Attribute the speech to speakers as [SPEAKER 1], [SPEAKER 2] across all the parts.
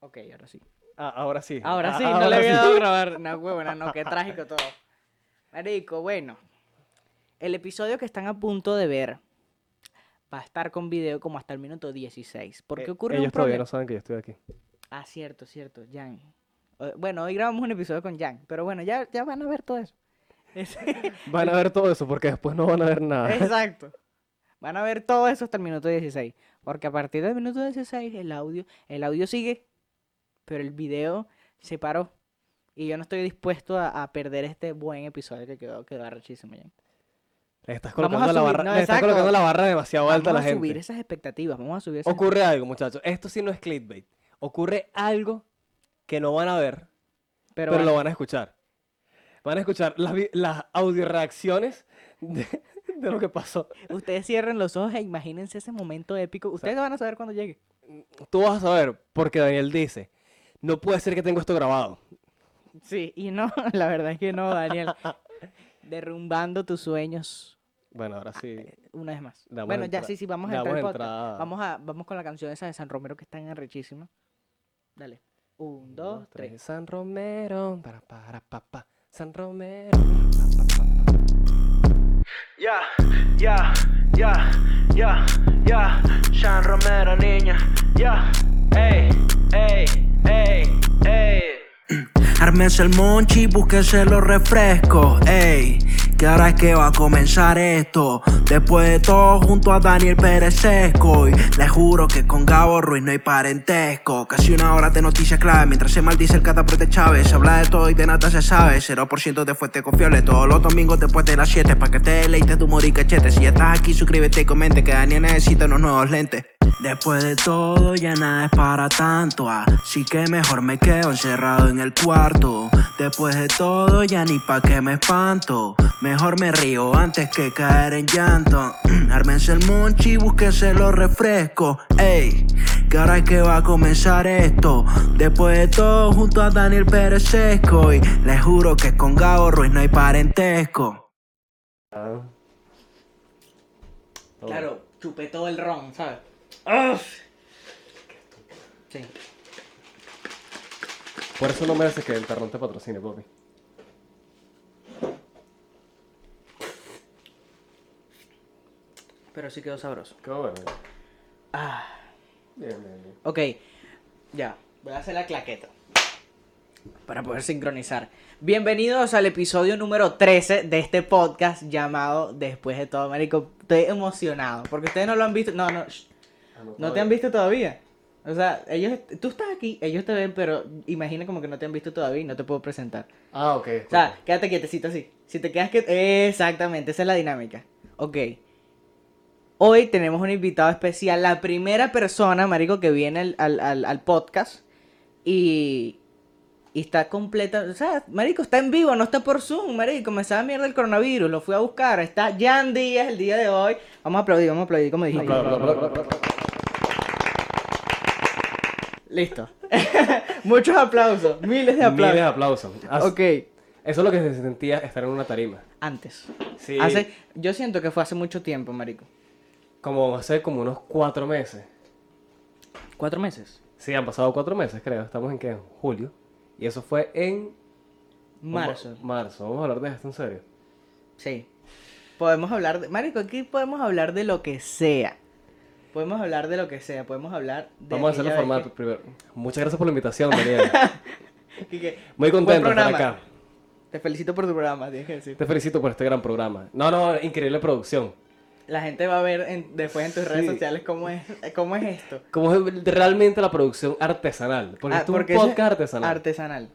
[SPEAKER 1] Ok, ahora sí.
[SPEAKER 2] Ah, ahora sí.
[SPEAKER 1] Ahora
[SPEAKER 2] Ah,
[SPEAKER 1] sí, no
[SPEAKER 2] ahora
[SPEAKER 1] le había
[SPEAKER 2] sí.
[SPEAKER 1] dado a grabar. No, huevona, no, qué trágico todo. Marico, bueno. El episodio que están a punto de ver va a estar con video como hasta el minuto 16. Porque
[SPEAKER 2] Eh,
[SPEAKER 1] ocurre
[SPEAKER 2] Ellos
[SPEAKER 1] un
[SPEAKER 2] todavía
[SPEAKER 1] problema.
[SPEAKER 2] no saben que yo estoy aquí.
[SPEAKER 1] Ah, cierto, cierto, Jan. Eh, Bueno, hoy grabamos un episodio con Jan, pero bueno, ya, ya van a ver todo eso. Es-
[SPEAKER 2] Van a ver todo eso porque después no van a ver nada.
[SPEAKER 1] Exacto. Van a ver todo eso hasta el minuto 16. Porque a partir del minuto 16 el audio, el audio sigue, pero el video se paró. Y yo no estoy dispuesto a, a perder este buen episodio que quedó, quedó arrechísimo, Jan.
[SPEAKER 2] Le estás
[SPEAKER 1] Vamos a
[SPEAKER 2] colocando, la,
[SPEAKER 1] subir-
[SPEAKER 2] barra,
[SPEAKER 1] no,
[SPEAKER 2] le estás
[SPEAKER 1] exacto.
[SPEAKER 2] colocando la barra demasiado alta a la
[SPEAKER 1] vamos a
[SPEAKER 2] gente.
[SPEAKER 1] subir esas expectativas, vamos a subir esas
[SPEAKER 2] Ocurre algo, muchachos. Esto sí no es clickbait. Ocurre algo que no van a ver, pero,
[SPEAKER 1] bueno,
[SPEAKER 2] lo van a escuchar. Van a escuchar las, vi- las audio reacciones de, de lo que pasó.
[SPEAKER 1] ustedes cierren los ojos e imagínense ese momento épico. Ustedes lo van a saber cuando llegue.
[SPEAKER 2] Tú vas a saber, porque Daniel dice, no puede ser que tengo esto grabado.
[SPEAKER 1] Sí, y no, la verdad es que no, Daniel. Derrumbando tus sueños
[SPEAKER 2] Bueno, ahora sí.
[SPEAKER 1] una vez más.
[SPEAKER 2] Damos
[SPEAKER 1] bueno, ya
[SPEAKER 2] entra-
[SPEAKER 1] sí, sí, vamos a
[SPEAKER 2] damos
[SPEAKER 1] entrar al podcast.
[SPEAKER 2] entrada.
[SPEAKER 1] Vamos, a, vamos con la canción esa de San Romero que está en arrechísima. Dale. Un, dos, tres.
[SPEAKER 2] San Romero, para, para, pa, pa. San Romero.
[SPEAKER 3] Ya, ya, ya, ya, ya, San Romero, niña. Ya, ey, ey, ey, ey.
[SPEAKER 4] Ármese el monchi, búsquese los refrescos, ey. Que ahora es que va a comenzar esto. Después de todo, junto a Daniel Pérez Sesco. Y les juro que con Gabo Ruiz no hay parentesco. Casi una hora de noticias clave mientras se maldice el cataprete Chávez. Se habla de todo y de nada se sabe. 0% de fuente confiable todos los domingos después de las 7. Pa' que te deleites tu humor y cachete. Si ya estás aquí, suscríbete y comente que Daniel necesita unos nuevos lentes. Después de todo ya nada es para tanto, así que mejor me quedo encerrado en el cuarto. Después de todo ya ni pa' que me espanto, mejor me río antes que caer en llanto. Ármense el monchi, búsquese los refrescos, ey, que ahora es que va a comenzar esto. Después de todo junto a Daniel Pérez Sesco y les juro que con Gabo Ruiz no hay parentesco.
[SPEAKER 1] Claro, chupé todo el ron, ¿sabes? Sí.
[SPEAKER 2] Por eso no mereces que el tarrón te patrocine, papi.
[SPEAKER 1] Pero sí quedó sabroso.
[SPEAKER 2] Qué bueno.
[SPEAKER 1] Ah,
[SPEAKER 2] Bien, bien, bien.
[SPEAKER 1] ok. Ya. Voy a hacer la claqueta. Para poder sincronizar. Bienvenidos al episodio número 13 de este podcast llamado Después de todo, Marico. Estoy emocionado. Porque ustedes no lo han visto. No, no. shh. Ah, No te han visto todavía. O sea, ellos, tú estás aquí, ellos te ven, pero imagina como que no te han visto todavía y no te puedo presentar.
[SPEAKER 2] Ah, ok.
[SPEAKER 1] O sea, quédate quietecito así. Si te quedas que Exactamente, esa es la dinámica. Ok. Hoy tenemos un invitado especial, la primera persona, Marico, que viene al, al- al- al podcast y, y está completa. O sea, Marico, está en vivo, no está por Zoom, Marico. Me sabe mierda el coronavirus, lo fui a buscar. Está Jan Díaz el día de hoy. Vamos a aplaudir, vamos a aplaudir, como dijiste.
[SPEAKER 2] Bla, bla, bla, bla, bla, bla.
[SPEAKER 1] Listo. Muchos aplausos, miles de aplausos.
[SPEAKER 2] Miles de aplausos. Haz-
[SPEAKER 1] Ok,
[SPEAKER 2] Eso es lo que se sentía estar en una tarima.
[SPEAKER 1] antes.
[SPEAKER 2] Sí.
[SPEAKER 1] Hace, yo siento que fue hace mucho tiempo, marico.
[SPEAKER 2] Como hace como unos cuatro meses.
[SPEAKER 1] ¿Cuatro meses?
[SPEAKER 2] Sí, han pasado cuatro meses, creo. Estamos en qué? En julio. Y eso fue en
[SPEAKER 1] Marzo.
[SPEAKER 2] Marzo. Vamos a hablar de esto en serio.
[SPEAKER 1] Sí. Podemos hablar de... Marico, aquí podemos hablar de lo que sea. Podemos hablar de lo que sea. Podemos hablar de...
[SPEAKER 2] Vamos a hacerlo
[SPEAKER 1] aquella vez
[SPEAKER 2] formal primero. Muchas gracias por la invitación, Daniel.
[SPEAKER 1] que- que- que-
[SPEAKER 2] Muy
[SPEAKER 1] Buen
[SPEAKER 2] contento de estar
[SPEAKER 1] programa.
[SPEAKER 2] acá.
[SPEAKER 1] Te felicito por tu programa, tienes que decir.
[SPEAKER 2] Te felicito por este gran programa. No, no, increíble producción.
[SPEAKER 1] La gente va a ver en- después en tus
[SPEAKER 2] Sí.
[SPEAKER 1] redes sociales cómo es, cómo es esto.
[SPEAKER 2] Como es realmente la producción artesanal. Porque
[SPEAKER 1] Ah,
[SPEAKER 2] esto es un
[SPEAKER 1] eso es
[SPEAKER 2] podcast artesanal.
[SPEAKER 1] Artesanal.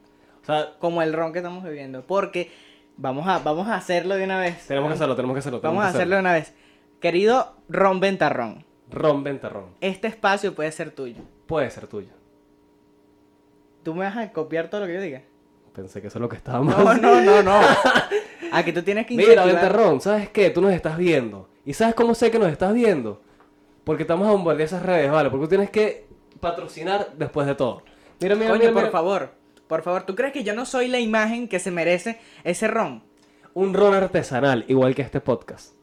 [SPEAKER 2] O sea,
[SPEAKER 1] Como el ron que estamos bebiendo. Porque vamos a, vamos a hacerlo de una vez.
[SPEAKER 2] tenemos que hacerlo, tenemos que hacerlo.
[SPEAKER 1] Vamos
[SPEAKER 2] tenemos
[SPEAKER 1] a
[SPEAKER 2] que
[SPEAKER 1] hacerlo de una vez. Querido Ron Ventarrón,
[SPEAKER 2] Ron Ventarrón.
[SPEAKER 1] este espacio puede ser tuyo.
[SPEAKER 2] Puede ser tuyo.
[SPEAKER 1] ¿Tú me vas a copiar todo lo que yo diga?
[SPEAKER 2] Pensé que eso es lo que estábamos
[SPEAKER 1] No, no, no, no. Aquí tú tienes Ah, que
[SPEAKER 2] Mira,
[SPEAKER 1] incentivar-
[SPEAKER 2] Ventarrón, ¿sabes qué? Tú nos estás viendo. ¿Y sabes cómo sé que nos estás viendo? Porque estamos a bombardear esas redes, ¿vale? Porque tú tienes que patrocinar después de todo. Mira, mira,
[SPEAKER 1] Coño,
[SPEAKER 2] mira,
[SPEAKER 1] por
[SPEAKER 2] mira.
[SPEAKER 1] favor. Por favor, ¿tú crees que yo no soy la imagen que se merece ese ron?
[SPEAKER 2] Un ron artesanal, igual que este podcast.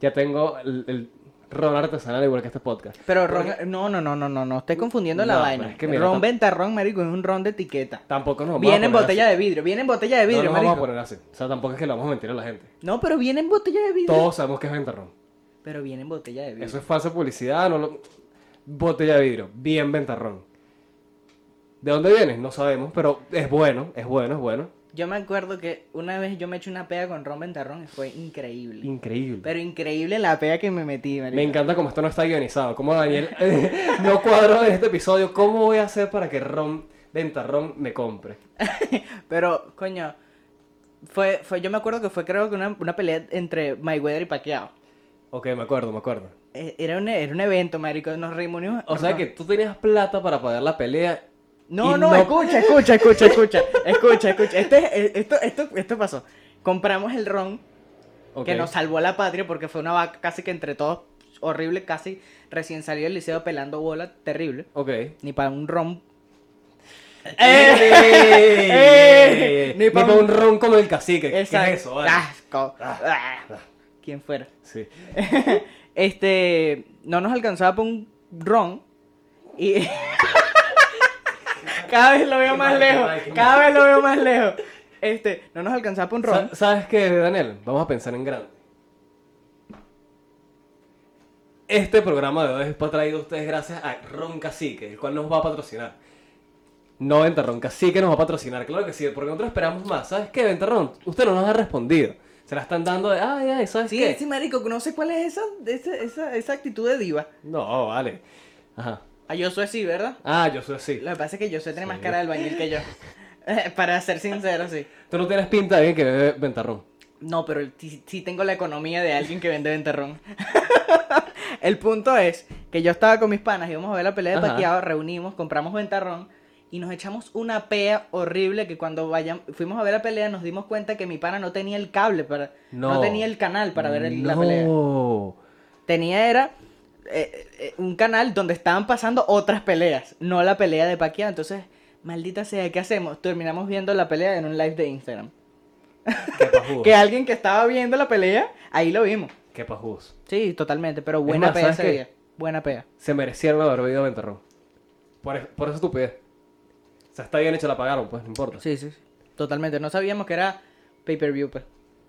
[SPEAKER 2] Ya tengo el, el- ron artesanal igual que este podcast.
[SPEAKER 1] Pero ron, no, no, no, no, no, no, estoy confundiendo la
[SPEAKER 2] No,
[SPEAKER 1] vaina.
[SPEAKER 2] pero es que mira,
[SPEAKER 1] ron
[SPEAKER 2] tam-
[SPEAKER 1] ventarrón, marico, es un ron de etiqueta.
[SPEAKER 2] Tampoco nos vamos
[SPEAKER 1] Viene en
[SPEAKER 2] a poner
[SPEAKER 1] botella
[SPEAKER 2] así.
[SPEAKER 1] de vidrio, viene en botella de vidrio,
[SPEAKER 2] No nos
[SPEAKER 1] marico.
[SPEAKER 2] vamos a poner así. O sea, tampoco es que le vamos a mentir a la gente.
[SPEAKER 1] No, pero viene en botella de vidrio.
[SPEAKER 2] Todos sabemos que es ventarrón.
[SPEAKER 1] Pero viene en botella de vidrio.
[SPEAKER 2] Eso es falsa publicidad, no lo... Botella de vidrio, bien ventarrón. ¿De dónde vienes? No sabemos, pero es bueno, es bueno, es bueno.
[SPEAKER 1] Yo me acuerdo que una vez yo me eché una pega con ron ventarrón y fue increíble.
[SPEAKER 2] Increíble.
[SPEAKER 1] Pero increíble la pega que me metí, marico.
[SPEAKER 2] Me encanta cómo esto no está guionizado. Cómo Daniel eh, no cuadró en este episodio. ¿Cómo voy a hacer para que Ron, Ventarrón, me compre?
[SPEAKER 1] Pero, coño, fue, fue, yo me acuerdo que fue creo que una, una pelea entre Mayweather y Pacquiao.
[SPEAKER 2] Ok, me acuerdo, me acuerdo.
[SPEAKER 1] Eh, Era un, era un evento, marico, nos reunimos.
[SPEAKER 2] O sea que tú tenías plata para pagar la pelea.
[SPEAKER 1] No,
[SPEAKER 2] y
[SPEAKER 1] no, escucha, escucha, escucha, escucha, escucha, escucha. Este, es- esto, esto, esto pasó. Compramos el ron
[SPEAKER 2] Ok.
[SPEAKER 1] que nos salvó la patria porque fue una vaca casi que entre todos horrible, casi recién salido del liceo pelando bola, terrible.
[SPEAKER 2] Ok.
[SPEAKER 1] Ni para un ron.
[SPEAKER 2] ¡Eh!
[SPEAKER 1] ¡Eh!
[SPEAKER 2] Ni para un ron como el cacique. ¿Qué es
[SPEAKER 1] Exacto.
[SPEAKER 2] eso? vale?
[SPEAKER 1] Asco. Ah. Quien fuera.
[SPEAKER 2] Sí.
[SPEAKER 1] Este, no nos alcanzaba por un ron y cada vez lo veo
[SPEAKER 2] Qué
[SPEAKER 1] más
[SPEAKER 2] mal, qué
[SPEAKER 1] lejos,
[SPEAKER 2] mal, qué mal.
[SPEAKER 1] cada vez lo veo más lejos. Este, no nos alcanzaba por un ron.
[SPEAKER 2] Sa- ¿Sabes qué, Daniel? Vamos a pensar en grande. Este programa de hoy es traído a ustedes gracias a Ron Cacique, el cual nos va a patrocinar. No, Ventarrón Cacique nos va a patrocinar, claro que sí, porque nosotros esperamos más. ¿Sabes qué, Ventarrón? Usted no nos ha respondido. Se la están dando de, ay, ay, ¿sabes
[SPEAKER 1] Sí,
[SPEAKER 2] qué?
[SPEAKER 1] sí, marico, no sé cuál es esa, esa, esa, esa actitud de diva.
[SPEAKER 2] No, vale. Ajá.
[SPEAKER 1] A Josué sí, ¿verdad?
[SPEAKER 2] Ah, yo soy así.
[SPEAKER 1] Lo que pasa es que Josué tiene más cara de albañil que yo. Para ser sincero, sí.
[SPEAKER 2] Tú no tienes pinta de alguien que bebe Ventarrón.
[SPEAKER 1] No, pero sí sí tengo la economía de alguien que vende ventarrón. el punto es que yo estaba con mis panas, íbamos a ver la pelea de
[SPEAKER 2] Ajá.
[SPEAKER 1] paqueado, reunimos, compramos ventarrón y nos echamos una pea horrible que cuando vayan, fuimos a ver la pelea nos dimos cuenta que mi pana no tenía el cable para, no,
[SPEAKER 2] No.
[SPEAKER 1] tenía el canal para ver el- la
[SPEAKER 2] No.
[SPEAKER 1] pelea. Tenía era eh, eh, un canal donde estaban pasando otras peleas, no la pelea de paqueado. Entonces, maldita sea, ¿qué hacemos? Terminamos viendo la pelea en un live de Instagram.
[SPEAKER 2] Qué pajudos.
[SPEAKER 1] Que alguien que estaba viendo la pelea, ahí lo vimos.
[SPEAKER 2] Qué pajudos.
[SPEAKER 1] Sí, totalmente, pero buena
[SPEAKER 2] más,
[SPEAKER 1] pea
[SPEAKER 2] ¿sabes
[SPEAKER 1] ese
[SPEAKER 2] qué?
[SPEAKER 1] día. Buena pea.
[SPEAKER 2] se merecieron haber bebido Ventarrón. Por, es- por esa estupidez. O sea, está bien hecho, la pagaron, pues, no importa.
[SPEAKER 1] Sí, sí, sí. Totalmente. No sabíamos que era pay-per-view, pues.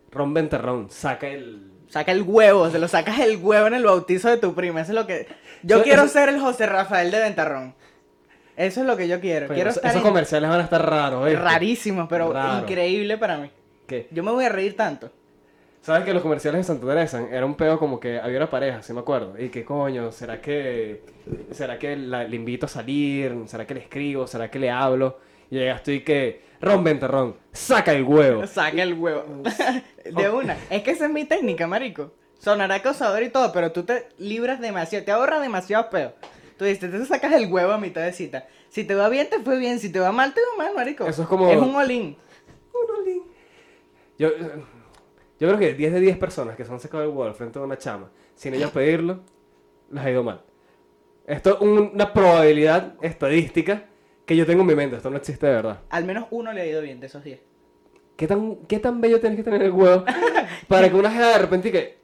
[SPEAKER 2] Ron Ventarrón, saca el...
[SPEAKER 1] Saca el huevo, se lo sacas el huevo en el bautizo de tu prima. Eso es lo que. Yo
[SPEAKER 2] Eso-
[SPEAKER 1] quiero
[SPEAKER 2] eso-
[SPEAKER 1] ser el José Rafael de Ventarrón. Eso es lo que yo quiero.
[SPEAKER 2] Pero
[SPEAKER 1] quiero
[SPEAKER 2] Pues, eso-
[SPEAKER 1] estar
[SPEAKER 2] esos
[SPEAKER 1] en-
[SPEAKER 2] comerciales van a estar raros, ¿eh?
[SPEAKER 1] rarísimos, pero
[SPEAKER 2] Raro.
[SPEAKER 1] increíble para mí.
[SPEAKER 2] ¿Qué?
[SPEAKER 1] Yo me voy a reír tanto.
[SPEAKER 2] ¿Sabes que los comerciales en Santa Teresa era un peo como que había una pareja, si me acuerdo? Y que, coño, ¿será que... ¿Será que la- le invito a salir? ¿Será que le escribo? ¿Será que le hablo? Y llegas tú y que... Ron Ventarrón, saca el huevo.
[SPEAKER 1] Saca el huevo. de una. Es que esa es mi técnica, marico. Sonará acosador y todo, pero tú te libras demasiado, te ahorras demasiado pedo. Tú dices, tú sacas el huevo a mitad de cita. Si te va bien, te fue bien. Si te va mal, te va mal, marico.
[SPEAKER 2] Eso es como-
[SPEAKER 1] Es un olín.
[SPEAKER 2] Yo, yo creo que 10 de 10 personas que se han sacado el huevo al frente de una chama sin ellos pedirlo, les ha ido mal. Esto es un- una probabilidad estadística que yo tengo en mi mente. Esto no existe de verdad.
[SPEAKER 1] Al menos uno le ha ido bien de esos 10.
[SPEAKER 2] ¿Qué tan, qué tan bello tienes que tener el huevo para que una jeva de repente y que,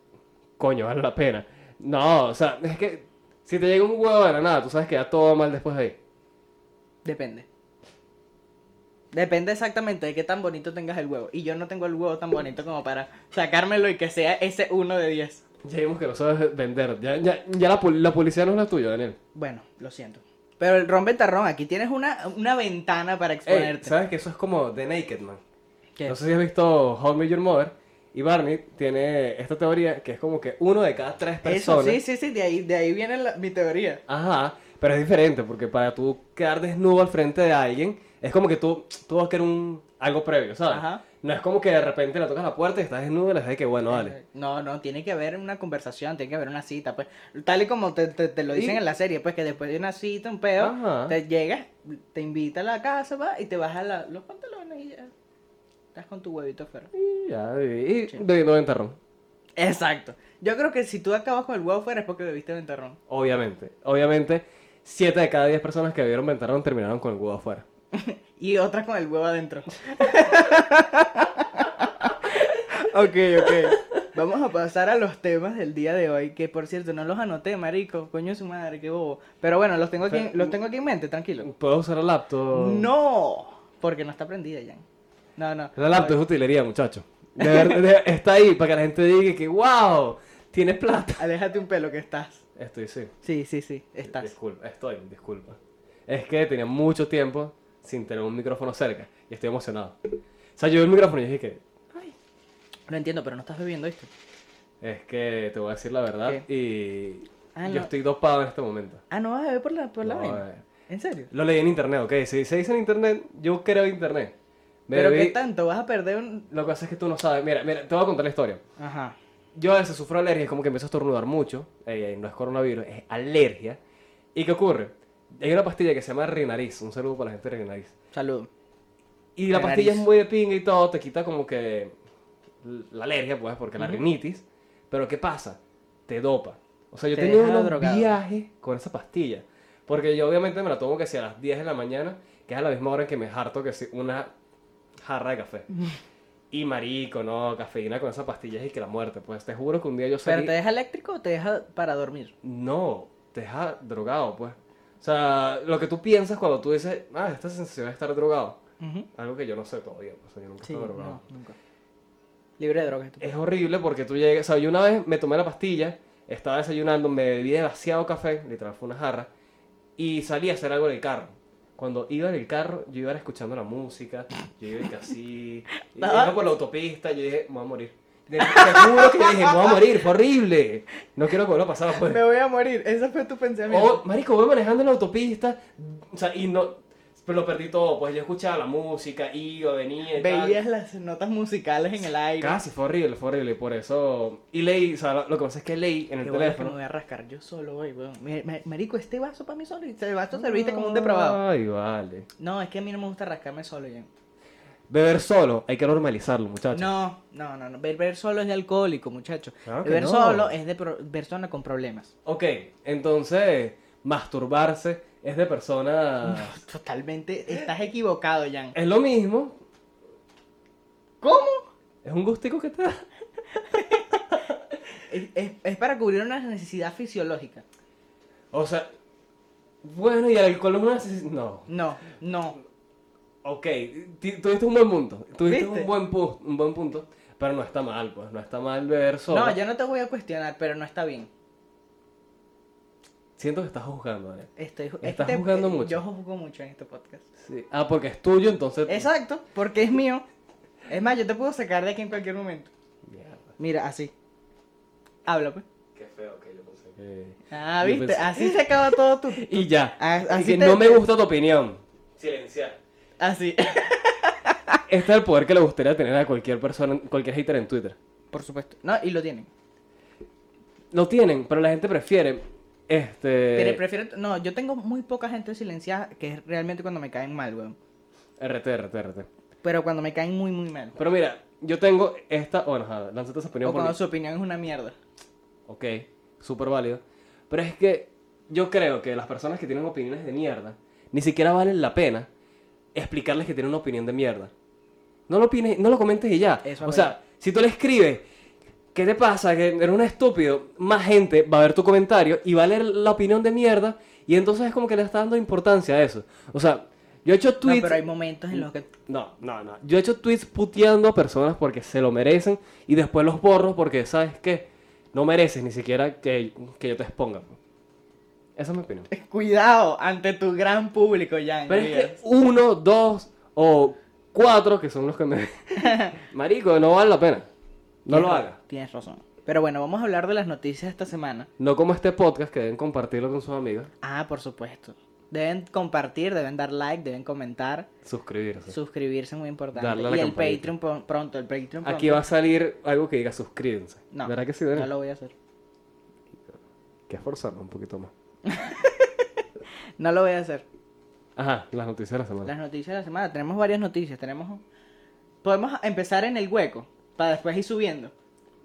[SPEAKER 2] coño, vale la pena? No, o sea, es que si te llega un huevo de la nada, tú sabes que ya todo va mal después de ahí.
[SPEAKER 1] Depende. Depende exactamente de qué tan bonito tengas el huevo. Y yo no tengo el huevo tan bonito como para sacármelo y que sea ese uno de 10.
[SPEAKER 2] Ya vimos que no sabes vender. Ya, ya, ya la, pul- la publicidad no es la tuya, Daniel.
[SPEAKER 1] Bueno, lo siento. Pero el ron ventarrón, aquí tienes una, una ventana para
[SPEAKER 2] Ey,
[SPEAKER 1] exponerte.
[SPEAKER 2] ¿Sabes que eso es como The Naked Man?
[SPEAKER 1] ¿Qué?
[SPEAKER 2] No sé si has visto How I Met Your Mother. Y Barney tiene esta teoría que es como que uno de cada tres
[SPEAKER 1] Eso,
[SPEAKER 2] personas.
[SPEAKER 1] sí, sí, sí, de ahí, de ahí viene la- mi teoría.
[SPEAKER 2] Ajá, pero es diferente porque para tú quedar desnudo al frente de alguien es como que tú, tú vas a querer un, algo previo, ¿sabes?
[SPEAKER 1] Ajá.
[SPEAKER 2] No es como que de repente le tocas la puerta y estás desnudo y le dices que bueno, dale.
[SPEAKER 1] No, no, tiene que haber una conversación, tiene que haber una cita, pues. Tal y como te, te- te lo dicen
[SPEAKER 2] Y-
[SPEAKER 1] en la serie, pues que después de una cita, un pedo,
[SPEAKER 2] Ajá.
[SPEAKER 1] te llegas, te invita a la casa, va, y te bajas la- los pantalones y ya. Estás con tu huevito fuera.
[SPEAKER 2] Y ya, y, y bebiendo ventarrón.
[SPEAKER 1] Exacto. Yo creo que si tú acabas con el huevo fuera es porque bebiste ventarrón.
[SPEAKER 2] Obviamente, obviamente, siete de cada diez personas que bebieron ventarrón terminaron con el huevo afuera.
[SPEAKER 1] Y otras con el huevo adentro. ok, ok. Vamos a pasar a los temas del día de hoy, que por cierto no los anoté, marico, coño de su madre, qué bobo. Pero bueno, los tengo aquí, en- los tengo aquí en mente, tranquilo.
[SPEAKER 2] ¿Puedo usar la laptop?
[SPEAKER 1] No, porque no está prendida, Jan. No, no.
[SPEAKER 2] La laptop es utilería, muchacho. De ver- de- está ahí para que la gente diga que, wow, tienes plata.
[SPEAKER 1] Aléjate un pelo que estás.
[SPEAKER 2] Estoy, sí.
[SPEAKER 1] Sí, sí, sí, estás.
[SPEAKER 2] Disculpa, estoy, disculpa. Es que tenía mucho tiempo sin tener un micrófono cerca y estoy emocionado. O sea, yo vi el micrófono y dije que,
[SPEAKER 1] No entiendo, pero no estás bebiendo esto.
[SPEAKER 2] es que te voy a decir la verdad y
[SPEAKER 1] Ah,
[SPEAKER 2] yo
[SPEAKER 1] no.
[SPEAKER 2] estoy dopado en este momento.
[SPEAKER 1] Ah, no vas a beber por la, por la
[SPEAKER 2] No,
[SPEAKER 1] vaina?
[SPEAKER 2] eh.
[SPEAKER 1] ¿En serio?
[SPEAKER 2] Lo leí en internet, ok. Si se dice en internet, yo creo en internet. Me
[SPEAKER 1] Pero qué
[SPEAKER 2] bebí-
[SPEAKER 1] tanto, vas a perder un.
[SPEAKER 2] Lo que pasa es que tú no sabes. Mira, mira, te voy a contar la historia.
[SPEAKER 1] Ajá.
[SPEAKER 2] Yo a veces sufro alergias, como que empiezo a estornudar mucho. eh, no es coronavirus, es alergia. ¿Y qué ocurre? Hay una pastilla que se llama Rinariz. Un saludo para la gente de Rinariz.
[SPEAKER 1] Salud.
[SPEAKER 2] Y la
[SPEAKER 1] De
[SPEAKER 2] pastilla es
[SPEAKER 1] nariz.
[SPEAKER 2] muy de pinga y todo, te quita como que la alergia, pues, porque la rinitis. Pero ¿qué pasa? Te dopa. O sea, yo
[SPEAKER 1] Te
[SPEAKER 2] tenía
[SPEAKER 1] deja
[SPEAKER 2] unos
[SPEAKER 1] drogado.
[SPEAKER 2] viajes con esa pastilla. Porque yo obviamente me la tomo que si a las 10 de la mañana, que es a la misma hora en que me harto que si una jarra de café. Y marico, no, cafeína con esa pastilla es y que la muerte. Pues te juro que un día yo salí...
[SPEAKER 1] ¿Pero te deja eléctrico o te deja para dormir?
[SPEAKER 2] No, te deja drogado, pues. O sea, lo que tú piensas cuando tú dices, ah, esta sensación es estar drogado.
[SPEAKER 1] Ujú.
[SPEAKER 2] Algo que yo no sé todavía, pues, o sea, yo nunca
[SPEAKER 1] Sí,
[SPEAKER 2] estaba drogado.
[SPEAKER 1] no, nunca. Libre de drogas. tú.
[SPEAKER 2] Es horrible porque tú llegas, o sea, yo una vez me tomé la pastilla, estaba desayunando, me bebí demasiado café, literal fue una jarra, y salí a hacer algo en el carro. Cuando iba en el carro, yo iba escuchando la música, yo iba y que así, y
[SPEAKER 1] Estaba-
[SPEAKER 2] iba por la autopista, yo dije, me voy a morir. Te, te juro que yo dije, me voy a morir, fue horrible. No quiero que vuelva a pasar, pues.
[SPEAKER 1] Me voy a morir, ese fue tu pensamiento.
[SPEAKER 2] O, marico, voy manejando en la autopista, o sea, y no, pero lo perdí todo, pues yo escuchaba la música, iba, venía y tal.
[SPEAKER 1] Veías las notas musicales en el aire.
[SPEAKER 2] eh, ah. Casi, fue horrible, fue horrible, por eso... Y leí, o sea, lo, lo que pasa es que leí en el
[SPEAKER 1] Qué bueno que me
[SPEAKER 2] teléfono...
[SPEAKER 1] voy a rascar yo solo hoy, weón. Me- me- Marico, este vaso para mí solo y este vaso serviste como un depravado.
[SPEAKER 2] Ay, vale.
[SPEAKER 1] No, es que a mí no me gusta rascarme solo, Jan.
[SPEAKER 2] Beber solo, hay que normalizarlo, muchachos.
[SPEAKER 1] No, no, no, no. Beber solo es de alcohólico, muchacho.
[SPEAKER 2] Claro que
[SPEAKER 1] Beber
[SPEAKER 2] no.
[SPEAKER 1] solo es de pro- persona con problemas.
[SPEAKER 2] Ok, entonces, masturbarse es de persona...
[SPEAKER 1] Totalmente, estás equivocado, Jan.
[SPEAKER 2] es lo mismo,
[SPEAKER 1] ¿Cómo?
[SPEAKER 2] es un gustico que te da.
[SPEAKER 1] Es, es- es para cubrir una necesidad fisiológica.
[SPEAKER 2] O sea, bueno, y el alcohol es una... neces- No.
[SPEAKER 1] No, no.
[SPEAKER 2] Ok, ti- tuviste un buen punto, tuviste
[SPEAKER 1] ¿Viste?
[SPEAKER 2] un buen, pu- un buen punto, pero no está mal, pues, no está mal beber solo.
[SPEAKER 1] No, yo no te voy a cuestionar, pero no está bien.
[SPEAKER 2] Siento que estás juzgando, Daniel.
[SPEAKER 1] Estoy, este
[SPEAKER 2] Estás juzgando mucho.
[SPEAKER 1] eh, Yo juzgo mucho en este podcast.
[SPEAKER 2] Sí. Ah, porque es tuyo, entonces...
[SPEAKER 1] Exacto, porque es mío. Es más, yo te puedo sacar de aquí en cualquier momento.
[SPEAKER 2] Mierda.
[SPEAKER 1] Mira, así. Habla, pues.
[SPEAKER 2] Qué feo que yo pensé que...
[SPEAKER 1] Ah,
[SPEAKER 2] Yo
[SPEAKER 1] viste,
[SPEAKER 2] pensé-
[SPEAKER 1] así se acaba todo tu...
[SPEAKER 2] Eh, Y ya.
[SPEAKER 1] Ah,
[SPEAKER 2] Y
[SPEAKER 1] así
[SPEAKER 2] que
[SPEAKER 1] te-
[SPEAKER 2] no me gusta tu opinión. Silenciar.
[SPEAKER 1] Así.
[SPEAKER 2] Este es el poder que le gustaría tener a cualquier persona, cualquier hater en Twitter.
[SPEAKER 1] Por supuesto. No, y lo tienen.
[SPEAKER 2] Eh. Lo tienen, pero la gente prefiere. Este.
[SPEAKER 1] Pero prefiero... No, yo tengo muy poca gente silenciada, que es realmente cuando me caen mal, weón.
[SPEAKER 2] RT, RT, RT.
[SPEAKER 1] Pero cuando me caen muy, muy mal.
[SPEAKER 2] Pero mira, yo tengo esta. Bueno, ajá, lánzate esa
[SPEAKER 1] O
[SPEAKER 2] opinión por
[SPEAKER 1] cuando
[SPEAKER 2] mí.
[SPEAKER 1] su opinión es una mierda.
[SPEAKER 2] Ok, súper válido. Pero es que yo creo que las personas que tienen opiniones de mierda ni siquiera valen la pena explicarles que tienen una opinión de mierda. No lo opines, no lo comentes y ya.
[SPEAKER 1] Eso
[SPEAKER 2] o
[SPEAKER 1] es
[SPEAKER 2] sea, si tú le escribes, ¿qué te pasa? Que eres un estúpido, más gente va a ver tu comentario y va a leer la opinión de mierda y entonces es como que le está dando importancia a eso. O sea, yo he hecho tweets... Mm.
[SPEAKER 1] No, pero hay momentos en los que...
[SPEAKER 2] No, no, no. Yo he hecho tweets puteando a personas porque se lo merecen y después los borro porque, ¿sabes qué? No mereces ni siquiera que, que yo te exponga. Esa es mi opinión.
[SPEAKER 1] Cuidado ante tu gran público, Jan.
[SPEAKER 2] Pero es
[SPEAKER 1] Mira.
[SPEAKER 2] que uno, dos o cuatro, que son los que me... Marico, no vale la pena. No
[SPEAKER 1] Tienes
[SPEAKER 2] lo
[SPEAKER 1] ra-
[SPEAKER 2] hagas.
[SPEAKER 1] Tienes razón. Pero bueno, vamos a hablar de las noticias de esta semana.
[SPEAKER 2] No como este podcast que deben compartirlo con sus amigos.
[SPEAKER 1] Ah, por supuesto. Deben compartir, deben dar like, deben comentar,
[SPEAKER 2] Suscribirse.
[SPEAKER 1] suscribirse, muy importante.
[SPEAKER 2] Darle
[SPEAKER 1] y
[SPEAKER 2] a la
[SPEAKER 1] el
[SPEAKER 2] campanita.
[SPEAKER 1] Patreon pon- pronto, el Patreon pronto.
[SPEAKER 2] Aquí va a salir algo que diga suscríbanse.
[SPEAKER 1] No,
[SPEAKER 2] ¿Verdad que sí,
[SPEAKER 1] no
[SPEAKER 2] Daniel?
[SPEAKER 1] lo voy a hacer.
[SPEAKER 2] Que esforzarnos un poquito más.
[SPEAKER 1] No lo voy a hacer.
[SPEAKER 2] Ajá, las noticias de la semana.
[SPEAKER 1] Las noticias de la semana. Tenemos varias noticias. Tenemos... Podemos empezar en el hueco, para después ir subiendo.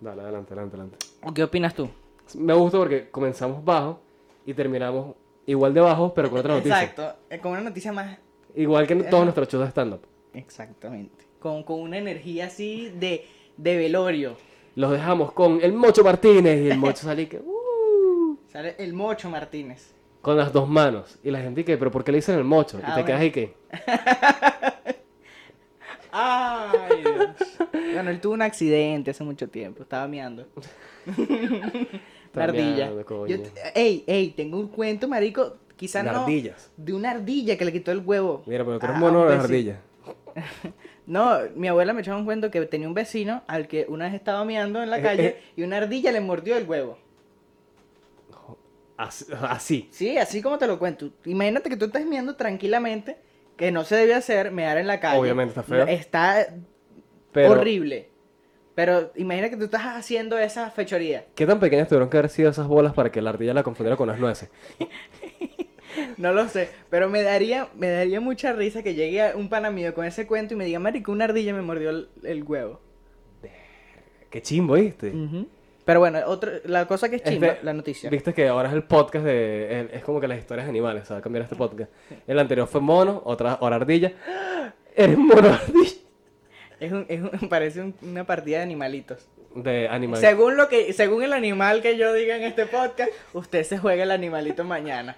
[SPEAKER 2] Dale, adelante, adelante, adelante.
[SPEAKER 1] ¿O ¿Qué opinas tú?
[SPEAKER 2] Me gusta porque comenzamos bajo y terminamos igual de bajo, pero con otra noticia.
[SPEAKER 1] Exacto. eh, Con una noticia más...
[SPEAKER 2] Igual que en todos nuestros shows de stand-up.
[SPEAKER 1] Exactamente. Con, con una energía así de, de velorio.
[SPEAKER 2] Los dejamos con el Mocho Martínez y el Mocho salí que. "Uh",
[SPEAKER 1] Sale el Mocho Martínez.
[SPEAKER 2] con las dos manos. Y la gente que, pero ¿por qué le dicen el Mocho? y
[SPEAKER 1] Ah,
[SPEAKER 2] te
[SPEAKER 1] bueno.
[SPEAKER 2] quedas ahí que.
[SPEAKER 1] Ay, Dios. Bueno, él tuvo un accidente hace mucho tiempo. Estaba miando.
[SPEAKER 2] Estaba
[SPEAKER 1] Una ardilla.
[SPEAKER 2] meando, coño.
[SPEAKER 1] Yo te- ey, ey, tengo un cuento, marico. Quizás
[SPEAKER 2] De
[SPEAKER 1] no.
[SPEAKER 2] ardillas.
[SPEAKER 1] De una ardilla que le quitó el huevo.
[SPEAKER 2] Mira, pero tú eres
[SPEAKER 1] a-
[SPEAKER 2] un mono
[SPEAKER 1] a un
[SPEAKER 2] de las
[SPEAKER 1] vecino.
[SPEAKER 2] ardillas.
[SPEAKER 1] No, mi abuela me echaba un cuento que tenía un vecino al que una vez estaba meando en la
[SPEAKER 2] Eh,
[SPEAKER 1] calle
[SPEAKER 2] eh.
[SPEAKER 1] y una ardilla le mordió el huevo.
[SPEAKER 2] Así. así.
[SPEAKER 1] Sí, así como te lo cuento. Imagínate que tú estás meando tranquilamente, que no se debe hacer, mear en la calle.
[SPEAKER 2] Obviamente, está feo.
[SPEAKER 1] Está
[SPEAKER 2] Pero,
[SPEAKER 1] horrible. Pero imagina que tú estás haciendo esa fechoría.
[SPEAKER 2] ¿Qué tan pequeñas tuvieron que haber sido esas bolas para que la ardilla la confundiera con las nueces?
[SPEAKER 1] No lo sé, pero me daría, me daría mucha risa que llegue a un pana mío con ese cuento y me diga, marico, una ardilla me mordió el, el huevo.
[SPEAKER 2] Qué chimbo, ¿viste?
[SPEAKER 1] Ujú. Pero bueno, otro, la cosa que es chimba,
[SPEAKER 2] Este,
[SPEAKER 1] la noticia.
[SPEAKER 2] Viste que ahora es el podcast de. el- es como que las historias de animales, ¿sabes? Cambiar este podcast. El anterior fue mono, otra ahora ardilla. ¡Ah! Eres mono ardilla.
[SPEAKER 1] Es un, es un- parece un- una partida de animalitos.
[SPEAKER 2] De animal.
[SPEAKER 1] Según lo que, según el animal que yo diga en este podcast, usted se juega el animalito mañana.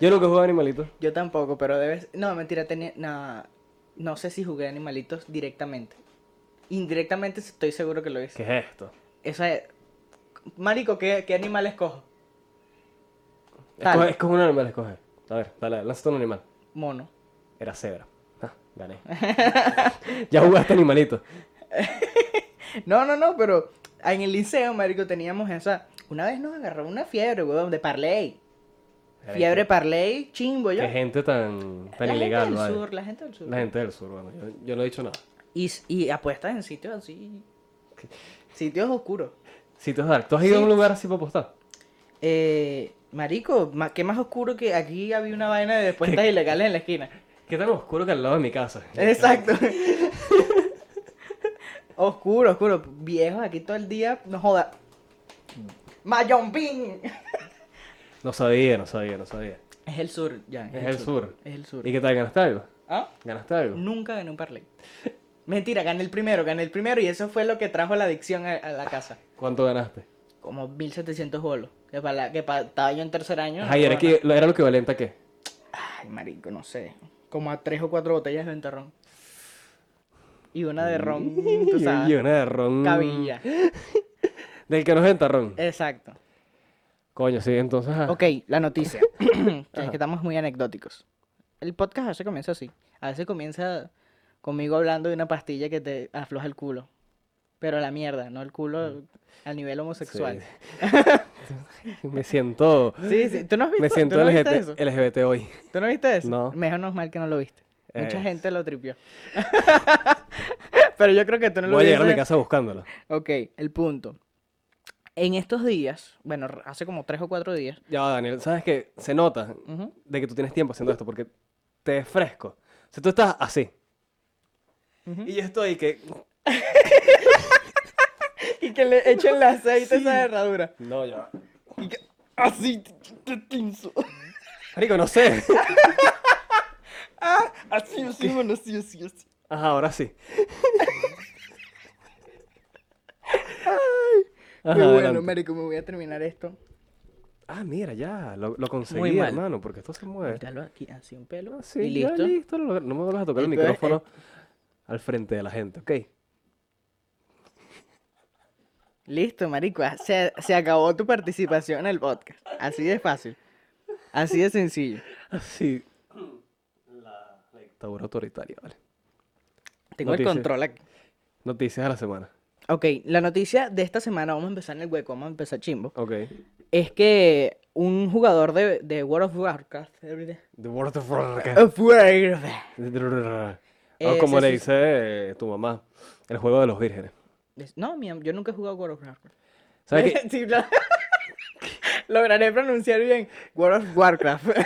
[SPEAKER 2] Yo nunca jugué animalito.
[SPEAKER 1] Yo tampoco, pero debes. No, mentira, tenía. No, no sé si jugué animalitos directamente. Indirectamente estoy seguro que lo hice.
[SPEAKER 2] ¿Qué es esto?
[SPEAKER 1] Eso es. Marico, ¿qué, qué animal escojo? Tal.
[SPEAKER 2] Escoge, escoge un animal, escoge. A ver, dale, lánzate un animal.
[SPEAKER 1] Mono.
[SPEAKER 2] Era cebra. Ah, gané. ya jugaste animalito.
[SPEAKER 1] No, no, no, pero en el liceo, marico, teníamos esa. Una vez nos agarró una fiebre, weón, de parley. Fiebre parley, chimbo yo.
[SPEAKER 2] Qué gente tan, tan
[SPEAKER 1] la
[SPEAKER 2] ilegal,
[SPEAKER 1] gente del
[SPEAKER 2] vale.
[SPEAKER 1] sur, la gente del sur.
[SPEAKER 2] La gente del sur, bueno, yo, yo no he dicho nada.
[SPEAKER 1] Y, y apuestas en sitios así. Sitios oscuros.
[SPEAKER 2] Sitios dark. ¿Tú has ido a un lugar así para apostar?
[SPEAKER 1] Eh, marico, ma- ¿qué más oscuro que aquí había una vaina de apuestas ilegales en la esquina?
[SPEAKER 2] ¿Qué tan oscuro que al lado de mi casa?
[SPEAKER 1] Exacto. oscuro, oscuro. Viejos aquí todo el día, no joda. Mayombín.
[SPEAKER 2] No sabía, no sabía, no sabía.
[SPEAKER 1] Es el sur, ya.
[SPEAKER 2] Es el sur.
[SPEAKER 1] Es el sur.
[SPEAKER 2] ¿Y qué tal? ¿Ganaste algo?
[SPEAKER 1] ¿Ah?
[SPEAKER 2] ¿Ganaste algo?
[SPEAKER 1] Nunca gané un parlay. Mentira, gané el primero, gané el primero y eso fue lo que trajo la adicción a, a la casa.
[SPEAKER 2] ¿Cuánto ganaste?
[SPEAKER 1] Como 1700 bolos. Que para la- que pa- estaba yo en tercer año.
[SPEAKER 2] Ay, era,
[SPEAKER 1] no,
[SPEAKER 2] que- lo- era lo equivalente a qué?
[SPEAKER 1] Ay, marico, no sé. Como a tres o cuatro botellas de ventarrón. Y una de ron, tú
[SPEAKER 2] Y-
[SPEAKER 1] sabes.
[SPEAKER 2] Y una de ron.
[SPEAKER 1] Cabilla.
[SPEAKER 2] Del que no es entarrón.
[SPEAKER 1] Exacto.
[SPEAKER 2] Coño, sí, entonces. ah,
[SPEAKER 1] Ok, la noticia. es que estamos muy anecdóticos. El podcast a veces comienza así. A veces comienza conmigo hablando de una pastilla que te afloja el culo. Pero la mierda, no el
[SPEAKER 2] Mm.
[SPEAKER 1] culo a nivel homosexual.
[SPEAKER 2] Me siento.
[SPEAKER 1] Sí, sí. ¿Tú no has visto,
[SPEAKER 2] Me
[SPEAKER 1] tú
[SPEAKER 2] siento
[SPEAKER 1] no viste
[SPEAKER 2] LGBT,
[SPEAKER 1] eso?
[SPEAKER 2] LGBT hoy.
[SPEAKER 1] ¿Tú no viste eso?
[SPEAKER 2] No.
[SPEAKER 1] Mejor no es mal que no lo viste. Mucha
[SPEAKER 2] Eh.
[SPEAKER 1] gente lo tripió. Pero yo creo que tú no lo
[SPEAKER 2] Voy a llegar a mi
[SPEAKER 1] viste.
[SPEAKER 2] casa buscándolo.
[SPEAKER 1] Ok, el punto. En estos días, bueno, r- hace como tres o cuatro días.
[SPEAKER 2] Ya va, Daniel, ¿sabes qué? Se nota
[SPEAKER 1] ujú,
[SPEAKER 2] de que tú tienes tiempo haciendo esto porque te es fresco. O sea, tú estás así. Y yo estoy que.
[SPEAKER 1] Y que le echen el aceite a esa herradura.
[SPEAKER 2] No, ya. va.
[SPEAKER 1] Y que así te- te- te tinzo.
[SPEAKER 2] Marico, no sé.
[SPEAKER 1] Ah, Así, así, mano, así, así, así.
[SPEAKER 2] Ajá, ahora sí. Ajá,
[SPEAKER 1] Muy bueno,
[SPEAKER 2] adelante.
[SPEAKER 1] marico, me voy a terminar esto.
[SPEAKER 2] Ah, mira, ya, lo, lo conseguí,
[SPEAKER 1] Muy mal.
[SPEAKER 2] hermano, porque esto se mueve.
[SPEAKER 1] Míralo aquí, así un pelo.
[SPEAKER 2] Ah, sí,
[SPEAKER 1] y
[SPEAKER 2] ya,
[SPEAKER 1] listo.
[SPEAKER 2] listo, lo- no me vuelvas a tocar el,
[SPEAKER 1] El peor es-
[SPEAKER 2] micrófono al frente de la gente, ¿ok?
[SPEAKER 1] Listo, marico. ah, Se, se acabó tu participación en el podcast. Así de fácil. Así de sencillo.
[SPEAKER 2] Así. Ah, La dictadura autoritaria, vale.
[SPEAKER 1] Tengo
[SPEAKER 2] Noticias.
[SPEAKER 1] el control aquí.
[SPEAKER 2] Noticias de la semana,
[SPEAKER 1] Ok, la noticia de esta semana, vamos a empezar en el hueco, vamos a empezar chimbo.
[SPEAKER 2] ok.
[SPEAKER 1] Es que un jugador de, de World of Warcraft. eh,
[SPEAKER 2] The World of Warcraft.
[SPEAKER 1] Of Warcraft.
[SPEAKER 2] Ah,
[SPEAKER 1] Eh,
[SPEAKER 2] como
[SPEAKER 1] se
[SPEAKER 2] le
[SPEAKER 1] sus-
[SPEAKER 2] dice eh, tu mamá, el juego de los vírgenes.
[SPEAKER 1] Es- No, mi am- yo nunca he jugado World of Warcraft.
[SPEAKER 2] ¿Sabes qué?
[SPEAKER 1] Sí, lo- Lograré pronunciar bien World of Warcraft.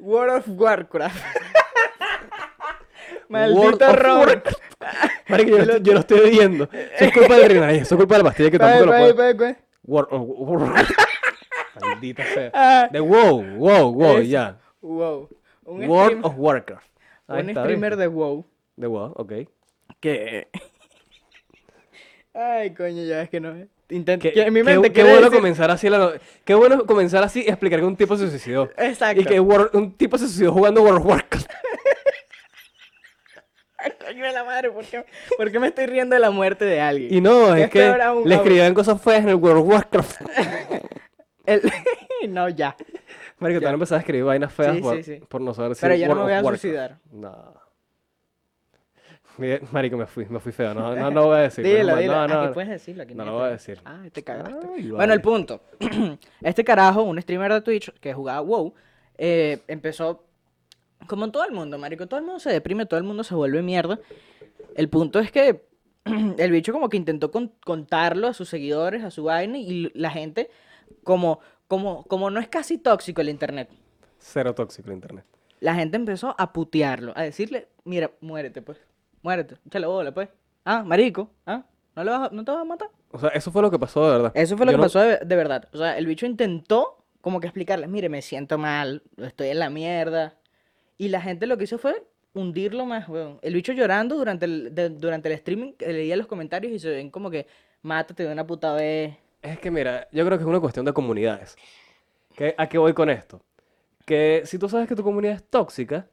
[SPEAKER 1] World of Warcraft. Maldito
[SPEAKER 2] of
[SPEAKER 1] ron.
[SPEAKER 2] Warcraft. Marico, yo, lo estoy- yo lo estoy viendo. Eso es culpa del Rinay, eso es culpa de la pastilla que tampoco
[SPEAKER 1] Pa-
[SPEAKER 2] lo
[SPEAKER 1] pa-
[SPEAKER 2] puedo.
[SPEAKER 1] pa- pa-
[SPEAKER 2] War, oh, war- Maldita sea.
[SPEAKER 1] Ah.
[SPEAKER 2] De wow, wow, wow,
[SPEAKER 1] Eso.
[SPEAKER 2] ya.
[SPEAKER 1] Wow. Un
[SPEAKER 2] World
[SPEAKER 1] stream-
[SPEAKER 2] of Warcraft. Ahí
[SPEAKER 1] un
[SPEAKER 2] está,
[SPEAKER 1] streamer
[SPEAKER 2] ¿viste?
[SPEAKER 1] de WoW.
[SPEAKER 2] The Wall, ok.
[SPEAKER 1] Que. Ay, coño, ya es que no. Intento.
[SPEAKER 2] Qué,
[SPEAKER 1] que en mi
[SPEAKER 2] qué-
[SPEAKER 1] mente
[SPEAKER 2] qué
[SPEAKER 1] quiere
[SPEAKER 2] bueno
[SPEAKER 1] decir-
[SPEAKER 2] comenzar así la no- Qué bueno comenzar así y explicar que un tipo se suicidó.
[SPEAKER 1] Exacto.
[SPEAKER 2] Y que War- un tipo se suicidó jugando World of Warcraft.
[SPEAKER 1] Ay, coño de la madre, ¿por qué, por qué me estoy riendo de la muerte de alguien?
[SPEAKER 2] Y no, es,
[SPEAKER 1] Es
[SPEAKER 2] que
[SPEAKER 1] peor aún,
[SPEAKER 2] le
[SPEAKER 1] aún.
[SPEAKER 2] escribían cosas feas en el World of Warcraft.
[SPEAKER 1] El- no, ya.
[SPEAKER 2] Marico, te van a empezar a escribir vainas feas
[SPEAKER 1] Sí,
[SPEAKER 2] por,
[SPEAKER 1] sí, sí.
[SPEAKER 2] por no saber si
[SPEAKER 1] Pero yo no
[SPEAKER 2] World
[SPEAKER 1] me
[SPEAKER 2] of
[SPEAKER 1] voy a
[SPEAKER 2] Warcraft.
[SPEAKER 1] suicidar.
[SPEAKER 2] No. Mire, Marico, me fui, me fui feo. No, no, no voy a decir.
[SPEAKER 1] Dilo,
[SPEAKER 2] no,
[SPEAKER 1] dilo.
[SPEAKER 2] No,
[SPEAKER 1] Aquí
[SPEAKER 2] no,
[SPEAKER 1] puedes decirlo. aquí
[SPEAKER 2] no
[SPEAKER 1] nadie
[SPEAKER 2] lo
[SPEAKER 1] te
[SPEAKER 2] voy a
[SPEAKER 1] ve.
[SPEAKER 2] decir.
[SPEAKER 1] Ay, te cagaste.
[SPEAKER 2] Ay,
[SPEAKER 1] Bueno, el
[SPEAKER 2] vale.
[SPEAKER 1] punto. Este carajo, un streamer de Twitch que jugaba WoW, eh, empezó como en todo el mundo, marico. Todo el mundo se deprime, todo el mundo se vuelve mierda. El punto es que el bicho como que intentó con- contarlo a sus seguidores, a su vaina, y la gente como, como, como no es casi tóxico el internet.
[SPEAKER 2] Cero tóxico el internet.
[SPEAKER 1] La gente empezó a putearlo, a decirle, mira, muérete pues, muérete, échale bola pues. Ah, marico, ah, ¿no, le vas a- no te vas a matar?
[SPEAKER 2] O sea, eso fue lo que pasó de verdad.
[SPEAKER 1] Eso fue lo
[SPEAKER 2] Yo
[SPEAKER 1] que
[SPEAKER 2] no-
[SPEAKER 1] pasó de, de verdad. O sea, el bicho intentó como que explicarles, mire, me siento mal, estoy en la mierda. Y la gente lo que hizo fue hundirlo más, weón. El bicho llorando durante el, de- durante el streaming, que leía los comentarios y se ven como que, mátate de una puta vez.
[SPEAKER 2] Es que mira, yo creo que es una cuestión de comunidades. ¿Qué- ¿A qué voy con esto? Que si tú sabes que tu comunidad es tóxica,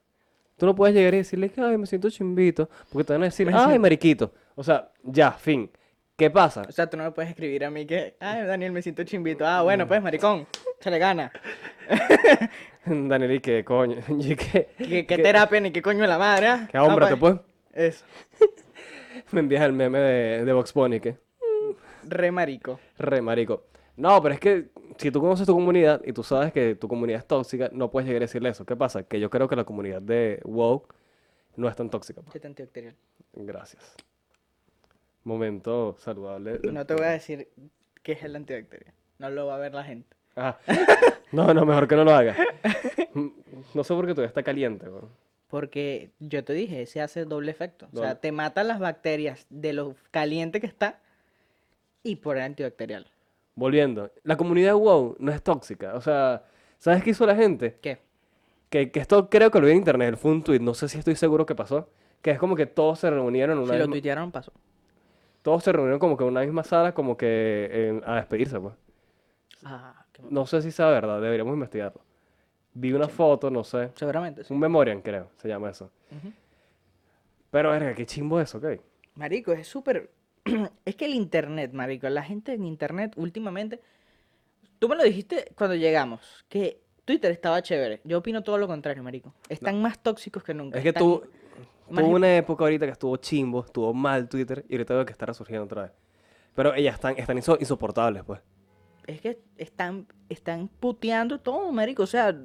[SPEAKER 2] tú no puedes llegar y decirle que, ay, me siento chimbito, porque te van a decir,
[SPEAKER 1] Me
[SPEAKER 2] ay,
[SPEAKER 1] siento-
[SPEAKER 2] mariquito. O sea, ya, fin. ¿Qué pasa?
[SPEAKER 1] O sea, tú no me puedes escribir a mí que, ay, Daniel, me siento chimbito. Ah, bueno, pues, maricón, se le gana.
[SPEAKER 2] Daniel, ¿y qué coño? ¿Y qué?
[SPEAKER 1] ¿Qué, qué
[SPEAKER 2] ¿Qué-
[SPEAKER 1] terapia ni qué coño de la madre? ah?
[SPEAKER 2] ¿Qué
[SPEAKER 1] Ah,
[SPEAKER 2] hombre te
[SPEAKER 1] pues.
[SPEAKER 2] pues?
[SPEAKER 1] Eso,
[SPEAKER 2] Me envías el meme de, de Vox Bunny, que
[SPEAKER 1] re marico.
[SPEAKER 2] re marico. No, pero es que si tú conoces tu comunidad y tú sabes que tu comunidad es tóxica, no puedes llegar a decirle eso. ¿Qué pasa? Que yo creo que la comunidad de WoW no es tan tóxica. pues.
[SPEAKER 1] Chete antibacterial.
[SPEAKER 2] Gracias. Momento saludable. del
[SPEAKER 1] No te voy a
[SPEAKER 2] programa.
[SPEAKER 1] decir qué es el antibacterial. No lo va a ver la gente.
[SPEAKER 2] Ajá. Ah. No, no, mejor que no lo hagas. Mm, No sé por qué todavía está caliente, weón.
[SPEAKER 1] Porque yo te dije, ese hace doble efecto. O sea,
[SPEAKER 2] Doble.
[SPEAKER 1] te mata las bacterias de lo caliente que está y por el antibacterial.
[SPEAKER 2] Volviendo. La comunidad WoW no es tóxica. O sea, ¿sabes qué hizo la gente?
[SPEAKER 1] ¿Qué?
[SPEAKER 2] Que, que esto creo que lo vi en internet, fue un tweet, no sé si estoy seguro que pasó. Que es como que todos se reunieron en
[SPEAKER 1] Si
[SPEAKER 2] una
[SPEAKER 1] lo
[SPEAKER 2] misma-
[SPEAKER 1] tuitearon, pasó.
[SPEAKER 2] Todos se reunieron como que en una misma sala, como que en- a despedirse, pues.
[SPEAKER 1] Ah, qué mal.
[SPEAKER 2] No sé si sea verdad, deberíamos investigarlo. Vi una foto, no sé.
[SPEAKER 1] Seguramente. sí.
[SPEAKER 2] Un memorial, creo, se llama eso. Pero, verga, qué chimbo eso, ok.
[SPEAKER 1] Marico, es súper... es que el internet, marico, la gente en internet últimamente... Tú me lo dijiste cuando llegamos, que Twitter estaba chévere. Yo opino todo lo contrario, marico. Están más tóxicos que nunca.
[SPEAKER 2] Es que
[SPEAKER 1] están
[SPEAKER 2] tú,
[SPEAKER 1] más
[SPEAKER 2] tuvo
[SPEAKER 1] hip-
[SPEAKER 2] una época ahorita que estuvo chimbo, estuvo mal Twitter y ahorita veo que está resurgiendo otra vez. Pero ellas están, están inso- insoportables, pues.
[SPEAKER 1] Es que están, están puteando todo, marico. O sea,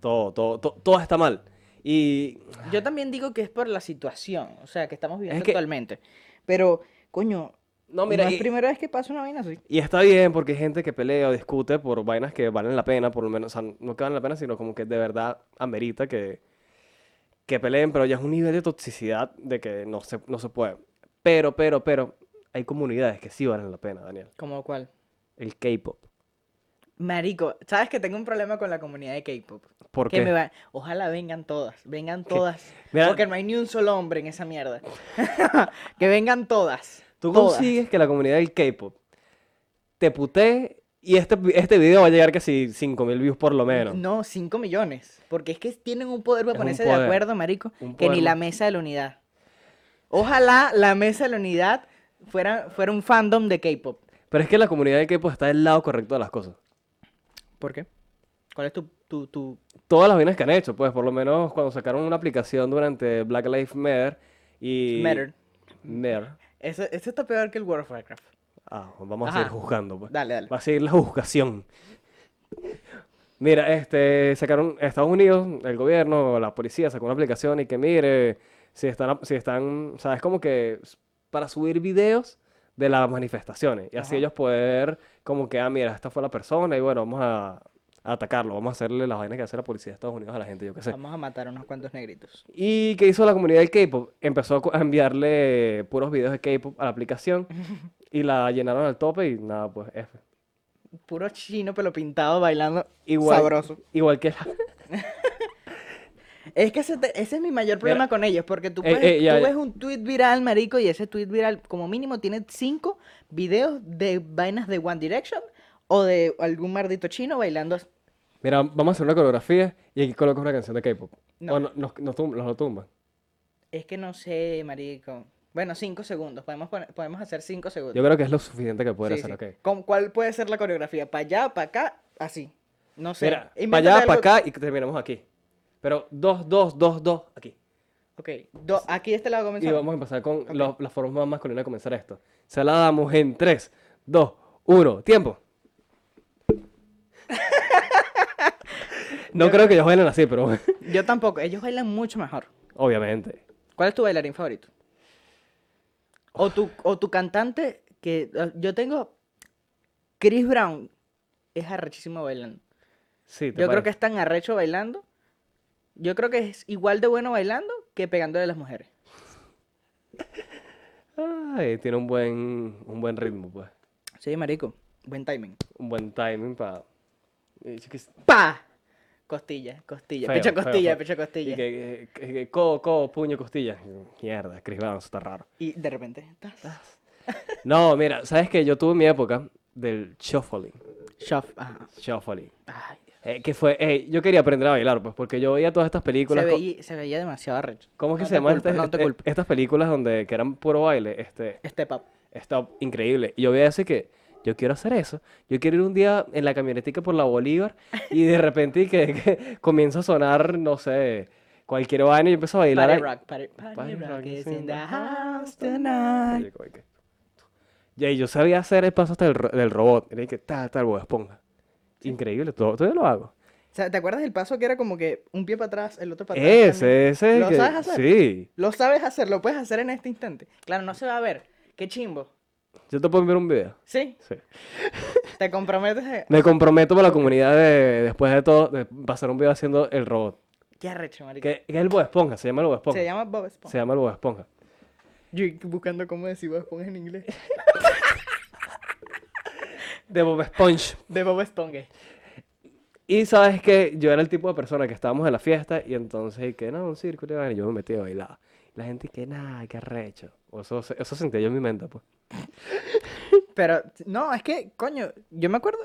[SPEAKER 2] Todo, todo, to- todo está mal. Y
[SPEAKER 1] Yo también digo que es por la situación, o sea, que estamos viviendo
[SPEAKER 2] que-
[SPEAKER 1] actualmente. Pero, coño,
[SPEAKER 2] no, mira,
[SPEAKER 1] es
[SPEAKER 2] y-
[SPEAKER 1] primera vez que pasa una vaina así.
[SPEAKER 2] Y está bien porque hay gente que pelea o discute por vainas que valen la pena, por lo menos, o sea, no que valen la pena, sino como que de verdad amerita que, que peleen, pero ya es un nivel de toxicidad de que no se, no se puede. Pero, pero, pero, hay comunidades que sí valen la pena, Daniel.
[SPEAKER 1] ¿Como cuál?
[SPEAKER 2] El K-pop.
[SPEAKER 1] Marico, ¿sabes que tengo un problema con la comunidad de K-pop?
[SPEAKER 2] ¿Por
[SPEAKER 1] Que
[SPEAKER 2] qué?
[SPEAKER 1] me va... Ojalá vengan todas, vengan todas.
[SPEAKER 2] Mira-
[SPEAKER 1] Porque no hay ni un solo hombre en esa mierda. que vengan todas.
[SPEAKER 2] Tú
[SPEAKER 1] todas.
[SPEAKER 2] consigues que la comunidad del K-pop te putee y este, vi- este video va a llegar casi 5.000 views por lo menos.
[SPEAKER 1] No, 5 millones. Porque es que tienen un poder para
[SPEAKER 2] Es un
[SPEAKER 1] ponerse de
[SPEAKER 2] poder,
[SPEAKER 1] acuerdo, marico,
[SPEAKER 2] un
[SPEAKER 1] que ni
[SPEAKER 2] poder
[SPEAKER 1] la
[SPEAKER 2] ma-
[SPEAKER 1] mesa de la unidad. Ojalá la mesa de la unidad fuera, fuera un fandom de K-pop.
[SPEAKER 2] Pero es que la comunidad del K-pop está del lado correcto de las cosas.
[SPEAKER 1] ¿Por qué? ¿Cuál es tu, tu, tu...
[SPEAKER 2] todas las vainas que han hecho, pues por lo menos cuando sacaron una aplicación durante Black Lives Matter y...
[SPEAKER 1] Matter?
[SPEAKER 2] Matter.
[SPEAKER 1] Eso, eso está peor que el World of Warcraft.
[SPEAKER 2] Ah, vamos
[SPEAKER 1] Ajá.
[SPEAKER 2] a seguir juzgando, pues.
[SPEAKER 1] Dale, dale.
[SPEAKER 2] Va a seguir la juzgación. Mira, este, sacaron Estados Unidos, el gobierno, la policía sacó una aplicación y que mire, si están, si están, o sea, es como que s- para subir videos de las manifestaciones y así
[SPEAKER 1] Ajá.
[SPEAKER 2] ellos poder, como que, ah, mira, esta fue la persona y bueno, vamos a, a atacarlo, vamos a hacerle las vainas que hace la policía de Estados Unidos a la gente, yo qué sé.
[SPEAKER 1] Vamos a matar a unos cuantos negritos.
[SPEAKER 2] ¿Y qué hizo la comunidad del K-pop? Empezó a co- a enviarle puros videos de K-pop a la aplicación y la llenaron al tope y nada, pues F.
[SPEAKER 1] Puro chino pelo pintado bailando
[SPEAKER 2] Igual,
[SPEAKER 1] sabroso.
[SPEAKER 2] Igual que,
[SPEAKER 1] Es que ese, te- ese es mi mayor problema con ellos, porque tú,
[SPEAKER 2] Eh,
[SPEAKER 1] puedes-
[SPEAKER 2] eh, ya,
[SPEAKER 1] tú
[SPEAKER 2] ya.
[SPEAKER 1] ves un tweet viral, marico, y ese tweet viral como mínimo tiene cinco videos de vainas de One Direction o de algún mardito chino bailando. así.
[SPEAKER 2] Mira, vamos a hacer una coreografía y aquí colocas una canción de K-pop.
[SPEAKER 1] No.
[SPEAKER 2] O no- nos, nos tum- nos lo tumban.
[SPEAKER 1] Es que no sé, marico. Bueno, cinco segundos. Podemos, poner- podemos hacer cinco segundos.
[SPEAKER 2] Yo creo que es lo suficiente que poder
[SPEAKER 1] Sí,
[SPEAKER 2] hacer,
[SPEAKER 1] sí.
[SPEAKER 2] ok.
[SPEAKER 1] ¿Cómo- ¿Cuál puede ser la coreografía? ¿Para allá, para acá? Así. No sé.
[SPEAKER 2] Mira, para
[SPEAKER 1] Invéntate
[SPEAKER 2] allá, para
[SPEAKER 1] algo-
[SPEAKER 2] acá y terminamos aquí. Pero dos, dos, dos, dos, aquí.
[SPEAKER 1] Ok, do- aquí de este lado
[SPEAKER 2] Y
[SPEAKER 1] comenzamos.
[SPEAKER 2] vamos a empezar con los- la forma más masculina de comenzar esto. Se la damos en 3, 2, 1, tiempo. no creo que ellos bailen así, pero
[SPEAKER 1] Yo tampoco. Ellos bailan mucho mejor.
[SPEAKER 2] obviamente.
[SPEAKER 1] ¿Cuál es tu bailarín favorito? O tu, o tu cantante que eh, yo tengo Chris Brown es arrechísimo bailando.
[SPEAKER 2] Sí, ¿te
[SPEAKER 1] Yo creo que
[SPEAKER 2] parece?
[SPEAKER 1] es tan arrecho bailando. Yo creo que es igual de bueno bailando que pegándole a las mujeres.
[SPEAKER 2] Ay, tiene un buen, un buen ritmo, pues.
[SPEAKER 1] Sí, marico, buen timing.
[SPEAKER 2] Un buen timing para...
[SPEAKER 1] ¡Pa! Costilla, costilla,
[SPEAKER 2] Feo,
[SPEAKER 1] pecho
[SPEAKER 2] feo,
[SPEAKER 1] costilla,
[SPEAKER 2] feo.
[SPEAKER 1] pecho
[SPEAKER 2] Y
[SPEAKER 1] costilla.
[SPEAKER 2] que, que- que- co, co, puño, costilla. Mierda, Chris Brown, eso está raro.
[SPEAKER 1] Y de repente, ta, ta.
[SPEAKER 2] No, mira, ¿sabes que Yo tuve mi época del shuffling.
[SPEAKER 1] Shuff, ajá.
[SPEAKER 2] Shuffling.
[SPEAKER 1] Ah, Ay, Dios.
[SPEAKER 2] Eh, que fue, eh, yo quería aprender a bailar, pues, porque yo veía todas estas
[SPEAKER 1] se,
[SPEAKER 2] películas. co-
[SPEAKER 1] veía, se veía demasiado arrecho.
[SPEAKER 2] ¿Cómo es que
[SPEAKER 1] No
[SPEAKER 2] se
[SPEAKER 1] te
[SPEAKER 2] llaman
[SPEAKER 1] culpo,
[SPEAKER 2] estas,
[SPEAKER 1] No te
[SPEAKER 2] este-
[SPEAKER 1] culpo.
[SPEAKER 2] estas películas donde que eran puro baile? Este,
[SPEAKER 1] Este pap.
[SPEAKER 2] está increíble. Y yo veía así que yo quiero hacer eso. Yo quiero ir un día en la camionetica por la Bolívar y de repente y que, que comienza a sonar, no sé, cualquier vaina y empiezo a bailar.
[SPEAKER 1] Party
[SPEAKER 2] ahí.
[SPEAKER 1] rock, party, party
[SPEAKER 2] Party
[SPEAKER 1] rock
[SPEAKER 2] rock
[SPEAKER 1] is
[SPEAKER 2] is in
[SPEAKER 1] in the
[SPEAKER 2] the
[SPEAKER 1] house tonight.
[SPEAKER 2] Y yo como que- Y ahí yo sabía hacer el paso hasta del, ro- del robot. Y que tal, tal, Bob Esponja. Increíble, todo, todavía lo hago.
[SPEAKER 1] O sea, ¿te acuerdas del paso que era como que un pie para atrás, el otro para atrás? también?
[SPEAKER 2] Ese, ese. es
[SPEAKER 1] ¿Lo
[SPEAKER 2] que-
[SPEAKER 1] sabes hacer?
[SPEAKER 2] Sí.
[SPEAKER 1] Lo sabes hacer, lo puedes hacer en este instante. Claro, no se va a ver. Qué chimbo.
[SPEAKER 2] Yo te puedo enviar un video.
[SPEAKER 1] Sí,
[SPEAKER 2] Sí.
[SPEAKER 1] te comprometes a...
[SPEAKER 2] Me comprometo con la comunidad de, después de todo, de pasar un video haciendo el robot.
[SPEAKER 1] Qué arrecho, marico.
[SPEAKER 2] Que, que es el Bob Esponja, se llama el Bob Esponja.
[SPEAKER 1] Se llama Bob Esponja.
[SPEAKER 2] Se llama el Bob Esponja.
[SPEAKER 1] Yo buscando cómo decir Bob Esponja en inglés.
[SPEAKER 2] De Bob Esponja.
[SPEAKER 1] De Bob Esponja.
[SPEAKER 2] Y sabes que yo era el tipo de persona que estábamos en la fiesta y entonces y que no, un círculo y vaina, y yo me metí a bailar. Y la gente que nada, qué arrecho. O Eso, se- eso sentía yo en mi mente, pues.
[SPEAKER 1] Pero, no, es que, coño, yo me acuerdo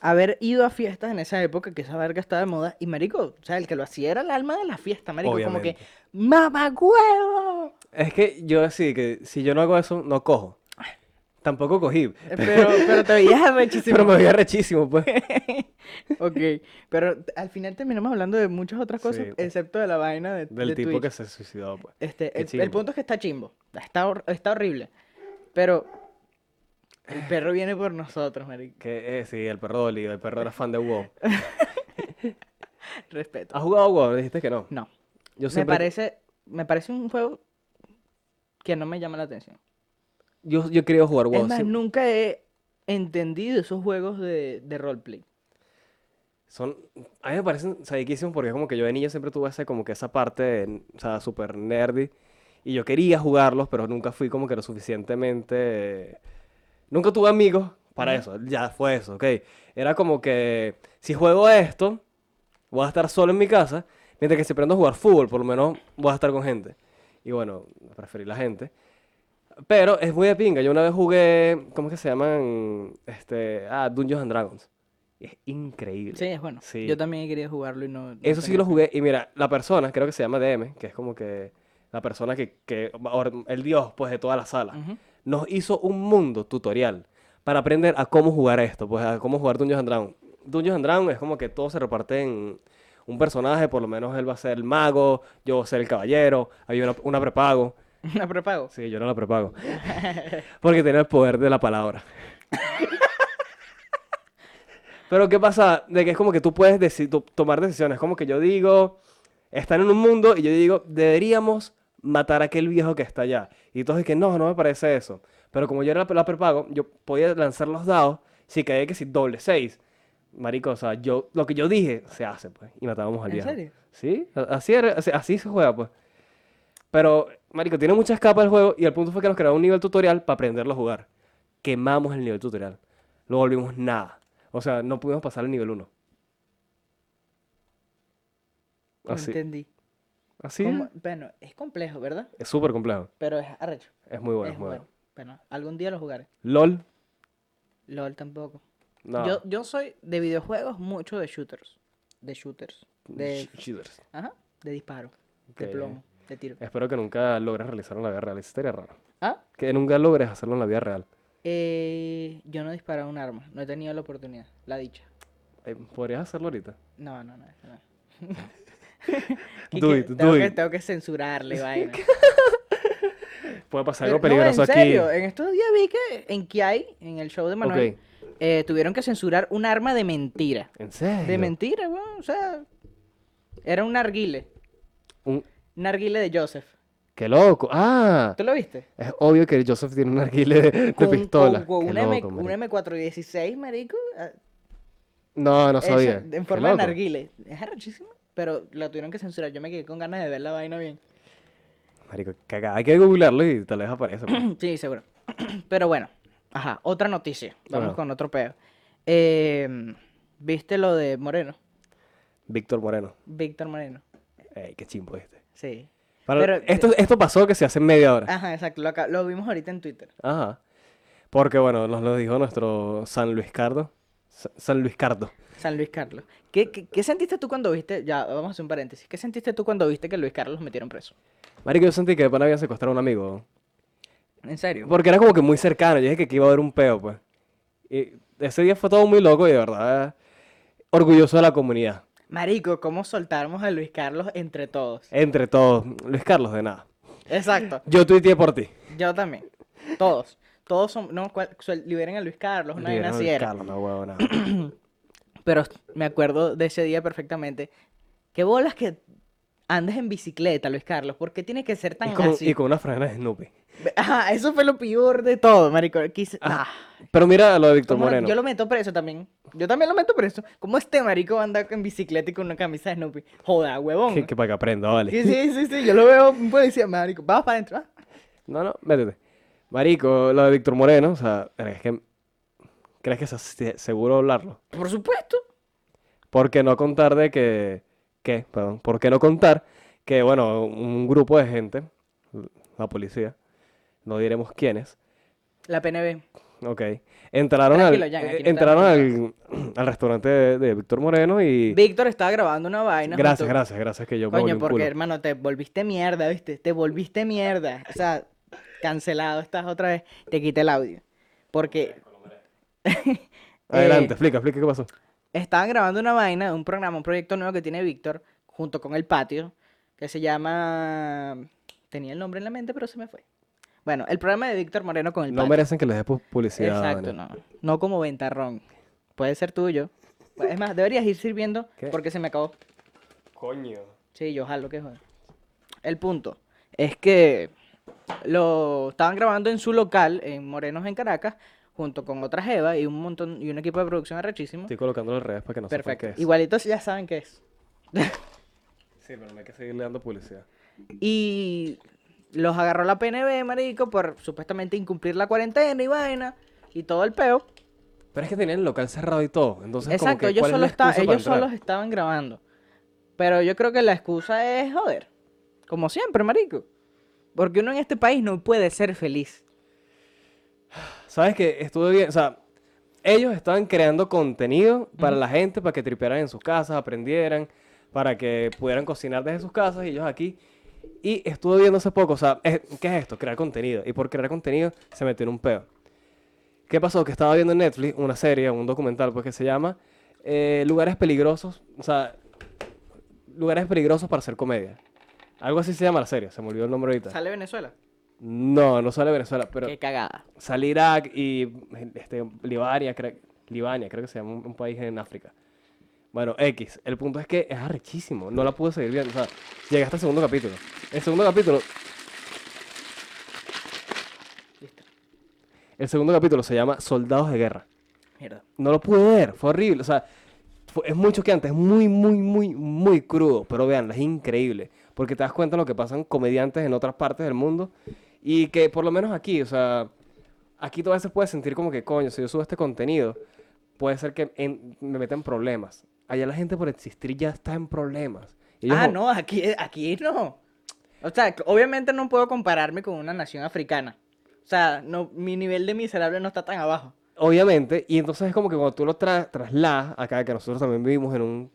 [SPEAKER 1] haber ido a fiestas en esa época que esa verga estaba de moda. Y, marico, o sea, el que lo hacía era el alma de la fiesta, marico. Como
[SPEAKER 2] Obviamente.
[SPEAKER 1] que, ¡mamá huevo!
[SPEAKER 2] Es que yo así que si yo no hago eso, no cojo. Tampoco cogí.
[SPEAKER 1] Eh, Pero, pero te veías arrechísimo.
[SPEAKER 2] Pero me veía rechísimo, pues.
[SPEAKER 1] Ok, pero t- al final terminamos hablando de muchas otras cosas,
[SPEAKER 2] Sí. pues.
[SPEAKER 1] excepto de la vaina de,
[SPEAKER 2] Del
[SPEAKER 1] de
[SPEAKER 2] tipo
[SPEAKER 1] Twitch.
[SPEAKER 2] que se suicidó, pues.
[SPEAKER 1] Este,
[SPEAKER 2] Qué
[SPEAKER 1] el, el
[SPEAKER 2] chimbo.
[SPEAKER 1] punto es que está chimbo, está, hor- está horrible, pero el perro viene por nosotros, marico.
[SPEAKER 2] Que eh, sí, el perro dolido, el perro era fan de WoW.
[SPEAKER 1] Respeto.
[SPEAKER 2] ¿Has jugado a WoW? Dijiste que no.
[SPEAKER 1] No,
[SPEAKER 2] Yo
[SPEAKER 1] me
[SPEAKER 2] siempre,
[SPEAKER 1] parece, me parece un juego que no me llama la atención.
[SPEAKER 2] yo, yo quería jugar WoW.
[SPEAKER 1] es más,
[SPEAKER 2] sí.
[SPEAKER 1] nunca he entendido esos juegos de, de roleplay.
[SPEAKER 2] Son, a mí me parecen sadiquísimos porque es como que yo de niño siempre tuve ese, como que esa parte, de- o sea, súper nerdy. Y yo quería jugarlos, pero nunca fui como que lo suficientemente... Nunca tuve amigos para eso, ya fue eso, ¿ok? Era como que, si juego esto, voy a estar solo en mi casa, mientras que si aprendo a jugar fútbol, por lo menos voy a estar con gente. Y bueno, preferí la gente. Pero es muy de pinga. Yo una vez jugué, ¿cómo es que se llaman? Este, ah, Dungeons and Dragons. Y Es increíble.
[SPEAKER 1] Sí, es bueno.
[SPEAKER 2] Sí.
[SPEAKER 1] Yo también quería jugarlo y no... no
[SPEAKER 2] Eso sí
[SPEAKER 1] tengo-
[SPEAKER 2] lo jugué. Y mira, la persona, creo que se llama DM, que es como que la persona que, que or- el dios, pues, de toda la sala,
[SPEAKER 1] Ujú.
[SPEAKER 2] nos hizo un mundo tutorial para aprender a cómo jugar esto, pues, a cómo jugar Dungeons and Dragons. Dungeons and Dragons es como que todo se reparte en un personaje, por lo menos él va a ser el mago, yo voy a ser el caballero, había una, una prepago.
[SPEAKER 1] Una prepago.
[SPEAKER 2] Sí, yo no la prepago. Porque tenía el poder de la palabra. Pero ¿qué pasa? De que es como que tú puedes deci- to- tomar decisiones. Como que yo digo, están en un mundo y yo digo, deberíamos matar a aquel viejo que está allá. Y todos dicen, no, no me parece eso. Pero como yo era la, la prepago, yo podía lanzar los dados si caía que si doble seis. Marico, o sea, yo, lo que yo dije se hace, pues. Y matábamos al
[SPEAKER 1] ¿En
[SPEAKER 2] viejo.
[SPEAKER 1] serio?
[SPEAKER 2] Sí, a- así, era- así, así se juega, pues. Pero, marico, tiene muchas capas el juego y el punto fue que nos crearon un nivel tutorial para aprenderlo a jugar. Quemamos el nivel tutorial. Lo volvimos nada. O sea, no pudimos pasar el nivel 1.
[SPEAKER 1] No
[SPEAKER 2] Así.
[SPEAKER 1] entendí.
[SPEAKER 2] Así
[SPEAKER 1] ¿Cómo? Bueno, es complejo, ¿verdad?
[SPEAKER 2] es súper complejo.
[SPEAKER 1] Pero es arrecho.
[SPEAKER 2] Es muy bueno,
[SPEAKER 1] es
[SPEAKER 2] es muy bueno.
[SPEAKER 1] bueno. Bueno, algún día lo jugaré.
[SPEAKER 2] LOL,
[SPEAKER 1] LOL tampoco.
[SPEAKER 2] no.
[SPEAKER 1] Yo, yo soy de videojuegos mucho de shooters. De shooters. De,
[SPEAKER 2] Sh- Cheaters.
[SPEAKER 1] ajá, de disparo.
[SPEAKER 2] Mm, Ok. Eh.
[SPEAKER 1] De plomo. De tiro.
[SPEAKER 2] Espero que nunca logres realizarlo en la vida real. Eso estaría raro.
[SPEAKER 1] Ah,
[SPEAKER 2] Que nunca logres hacerlo en la vida real.
[SPEAKER 1] eh, yo no he disparado un arma. No he tenido la oportunidad. La dicha.
[SPEAKER 2] Eh, ¿Podrías hacerlo ahorita?
[SPEAKER 1] No, no, no. eso no.
[SPEAKER 2] Do
[SPEAKER 1] Quique,
[SPEAKER 2] it,
[SPEAKER 1] tengo
[SPEAKER 2] do
[SPEAKER 1] que,
[SPEAKER 2] it.
[SPEAKER 1] tengo que censurarle, vaina.
[SPEAKER 2] Puede pasar
[SPEAKER 1] Pero,
[SPEAKER 2] algo
[SPEAKER 1] no,
[SPEAKER 2] peligroso
[SPEAKER 1] en
[SPEAKER 2] aquí.
[SPEAKER 1] serio, eh, en estos días vi que en Kiai, en el show de Manuel,
[SPEAKER 2] Ok.
[SPEAKER 1] eh, tuvieron que censurar un arma de mentira.
[SPEAKER 2] ¿En serio?
[SPEAKER 1] De mentira, weón. O sea, era un narguile.
[SPEAKER 2] Un-
[SPEAKER 1] Narguile de Joseph.
[SPEAKER 2] ¡Qué loco! ¡Ah!
[SPEAKER 1] ¿Tú lo viste?
[SPEAKER 2] Es obvio que Joseph tiene un arquile de, de
[SPEAKER 1] Con- con-
[SPEAKER 2] pistola.
[SPEAKER 1] con
[SPEAKER 2] Qué
[SPEAKER 1] un, M,
[SPEAKER 2] loco,
[SPEAKER 1] un
[SPEAKER 2] marico.
[SPEAKER 1] M416, marico. ah,
[SPEAKER 2] No, no
[SPEAKER 1] eso,
[SPEAKER 2] sabía.
[SPEAKER 1] en
[SPEAKER 2] Qué
[SPEAKER 1] forma de
[SPEAKER 2] loco.
[SPEAKER 1] narguile. Es arrechísimo. Pero lo tuvieron que censurar. Yo me quedé con ganas de ver la vaina bien.
[SPEAKER 2] Marico, cagada. Hay que googlearlo y tal vez aparece. pues.
[SPEAKER 1] Sí, seguro. Pero bueno, ajá, otra noticia. Vamos
[SPEAKER 2] Ajá.
[SPEAKER 1] con otro peo. Eh, ¿Viste lo de Moreno?
[SPEAKER 2] Víctor Moreno.
[SPEAKER 1] Víctor Moreno.
[SPEAKER 2] Ey, qué chimbo este.
[SPEAKER 1] Sí.
[SPEAKER 2] Para-
[SPEAKER 1] Pero- eh,
[SPEAKER 2] esto, esto pasó que se hace en media hora.
[SPEAKER 1] Ajá, exacto. Lo, acá- lo vimos ahorita en Twitter.
[SPEAKER 2] Ajá. Porque, bueno, nos lo dijo nuestro San Luis Cardo. Sa- San Luis Cardo.
[SPEAKER 1] San Luis Carlos. ¿Qué, qué, qué sentiste tú cuando viste? Ya, vamos a hacer un paréntesis. ¿Qué sentiste tú cuando viste que Luis Carlos metieron preso?
[SPEAKER 2] Marico, yo sentí que de pana habían secuestrado a un amigo.
[SPEAKER 1] ¿En serio?
[SPEAKER 2] Porque era como que muy cercano. Yo dije que aquí iba a haber un peo, pues. Y ese día fue todo muy loco y de verdad orgulloso de la comunidad.
[SPEAKER 1] Marico, ¿cómo soltamos a Luis Carlos entre todos?
[SPEAKER 2] Entre todos. Luis Carlos, de nada.
[SPEAKER 1] Exacto.
[SPEAKER 2] Yo tuiteé por ti.
[SPEAKER 1] Yo también. Todos. Todos son. No, cual- suel- liberen a Luis Carlos. Una vaina
[SPEAKER 2] Liberaron a
[SPEAKER 1] así
[SPEAKER 2] Luis
[SPEAKER 1] era.
[SPEAKER 2] Carlos, no, huevona.
[SPEAKER 1] Pero me acuerdo de ese día perfectamente. Qué bolas que andes en bicicleta, Luis Carlos. ¿Por qué tiene que ser tan
[SPEAKER 2] y, con,
[SPEAKER 1] así?
[SPEAKER 2] y con una franela de Snoopy.
[SPEAKER 1] Ajá, eso fue lo peor de todo, marico. Quise-
[SPEAKER 2] Ajá.
[SPEAKER 1] Nah.
[SPEAKER 2] Pero mira lo de Víctor
[SPEAKER 1] ¿Cómo no?
[SPEAKER 2] Moreno.
[SPEAKER 1] Yo lo meto preso también. Yo también lo meto preso. ¿Cómo este marico anda en bicicleta y con una camisa de Snoopy? Joda, huevón.
[SPEAKER 2] Que, que para que aprenda, vale.
[SPEAKER 1] Sí, sí, sí, sí, Yo lo veo un policía, marico. Vamos para adentro. ah.
[SPEAKER 2] No, no, métete. Marico, lo de Víctor Moreno, o sea, es que... ¿Crees que es así- seguro hablarlo?
[SPEAKER 1] Por supuesto.
[SPEAKER 2] ¿Por qué no contar de que... ¿Qué? Perdón. ¿Por qué no contar que, bueno, un grupo de gente, la policía, no diremos quiénes,
[SPEAKER 1] La PNB.
[SPEAKER 2] ok, entraron al, eh,
[SPEAKER 1] Tranquilo, Jan, aquí no
[SPEAKER 2] entraron
[SPEAKER 1] te
[SPEAKER 2] al, al restaurante de, de Víctor Moreno y...
[SPEAKER 1] Víctor estaba grabando una vaina.
[SPEAKER 2] gracias,
[SPEAKER 1] junto-
[SPEAKER 2] gracias, gracias que yo me volví
[SPEAKER 1] Coño,
[SPEAKER 2] un
[SPEAKER 1] porque
[SPEAKER 2] culo.
[SPEAKER 1] hermano, te volviste mierda, ¿viste? Te volviste mierda. O sea, cancelado estás otra vez. Te quité el audio. Porque.
[SPEAKER 2] Adelante,
[SPEAKER 1] Eh,
[SPEAKER 2] explica, explica qué pasó.
[SPEAKER 1] estaban grabando una vaina, un programa, un proyecto nuevo que tiene Víctor, junto con El Patio, que se llama... Tenía el nombre en la mente, pero se me fue. Bueno, el programa de Víctor Moreno con El
[SPEAKER 2] No
[SPEAKER 1] Patio.
[SPEAKER 2] merecen que les dé pu- publicidad.
[SPEAKER 1] Exacto,
[SPEAKER 2] Daniel.
[SPEAKER 1] no. No como ventarrón. Puede ser tuyo. Es más, deberías ir sirviendo
[SPEAKER 2] ¿Qué?
[SPEAKER 1] porque se me acabó.
[SPEAKER 2] Coño.
[SPEAKER 1] Sí, yo jalo que joder. El punto es que lo estaban grabando en su local, en Morenos, en Caracas, junto con otra Jeva y un montón, y un equipo de producción arrechísimo.
[SPEAKER 2] Estoy colocándolo al revés para que no sepan
[SPEAKER 1] Perfecto.
[SPEAKER 2] qué es.
[SPEAKER 1] Igualitos ya saben qué es.
[SPEAKER 2] Sí, pero no hay que seguirle dando publicidad.
[SPEAKER 1] Y los agarró la PNB, marico, por supuestamente incumplir la cuarentena y vaina y todo el peo.
[SPEAKER 2] Pero es que tenían el local cerrado y todo. Entonces, como
[SPEAKER 1] Exacto,
[SPEAKER 2] que,
[SPEAKER 1] ellos,
[SPEAKER 2] ¿cuál es
[SPEAKER 1] solo
[SPEAKER 2] la
[SPEAKER 1] esta-
[SPEAKER 2] excusa para
[SPEAKER 1] ellos solos
[SPEAKER 2] entrar?
[SPEAKER 1] estaban grabando. Pero yo creo que la excusa es joder. Como siempre, marico. Porque uno en este país no puede ser feliz.
[SPEAKER 2] ¿Sabes que Estuve bien. O sea, ellos estaban creando contenido para la gente, para que tripearan en sus casas, aprendieran, para que pudieran cocinar desde sus casas y ellos aquí. Y estuve viendo hace poco, o sea, es- ¿qué es esto? Crear contenido. Y por crear contenido se metió en un peo. ¿Qué pasó? Que estaba viendo en Netflix una serie, un documental, pues que se llama eh, Lugares Peligrosos. O sea, Lugares Peligrosos para hacer comedia. Algo así se llama la serie, se me olvidó el nombre ahorita.
[SPEAKER 1] Sale Venezuela.
[SPEAKER 2] No, no sale de Venezuela, pero
[SPEAKER 1] Qué cagada.
[SPEAKER 2] sale Irak y este, Libania, creo, Libania, creo que se llama un, un país en África. Bueno, X. El punto es que es arrechísimo. No la pude seguir viendo. O sea, llegué hasta el segundo capítulo. El segundo capítulo. El segundo capítulo se llama Soldados de Guerra.
[SPEAKER 1] Mierda.
[SPEAKER 2] No lo pude ver. Fue horrible. O sea, fue- es mucho que antes. Es muy, muy, muy, muy crudo. Pero vean, es increíble. Porque te das cuenta de lo que pasan comediantes en otras partes del mundo. Y que por lo menos aquí, o sea, aquí tú a veces puedes sentir como que, coño, si yo subo este contenido, puede ser que en- me meta en problemas. Allá la gente por existir ya está en problemas. Ellos
[SPEAKER 1] ah,
[SPEAKER 2] no-
[SPEAKER 1] no, aquí, aquí no. O sea, c- obviamente no puedo compararme con una nación africana. O sea, no, mi nivel de miserable no está tan abajo.
[SPEAKER 2] Obviamente, y entonces es como que cuando tú lo tra- trasladas acá, que nosotros también vivimos en un-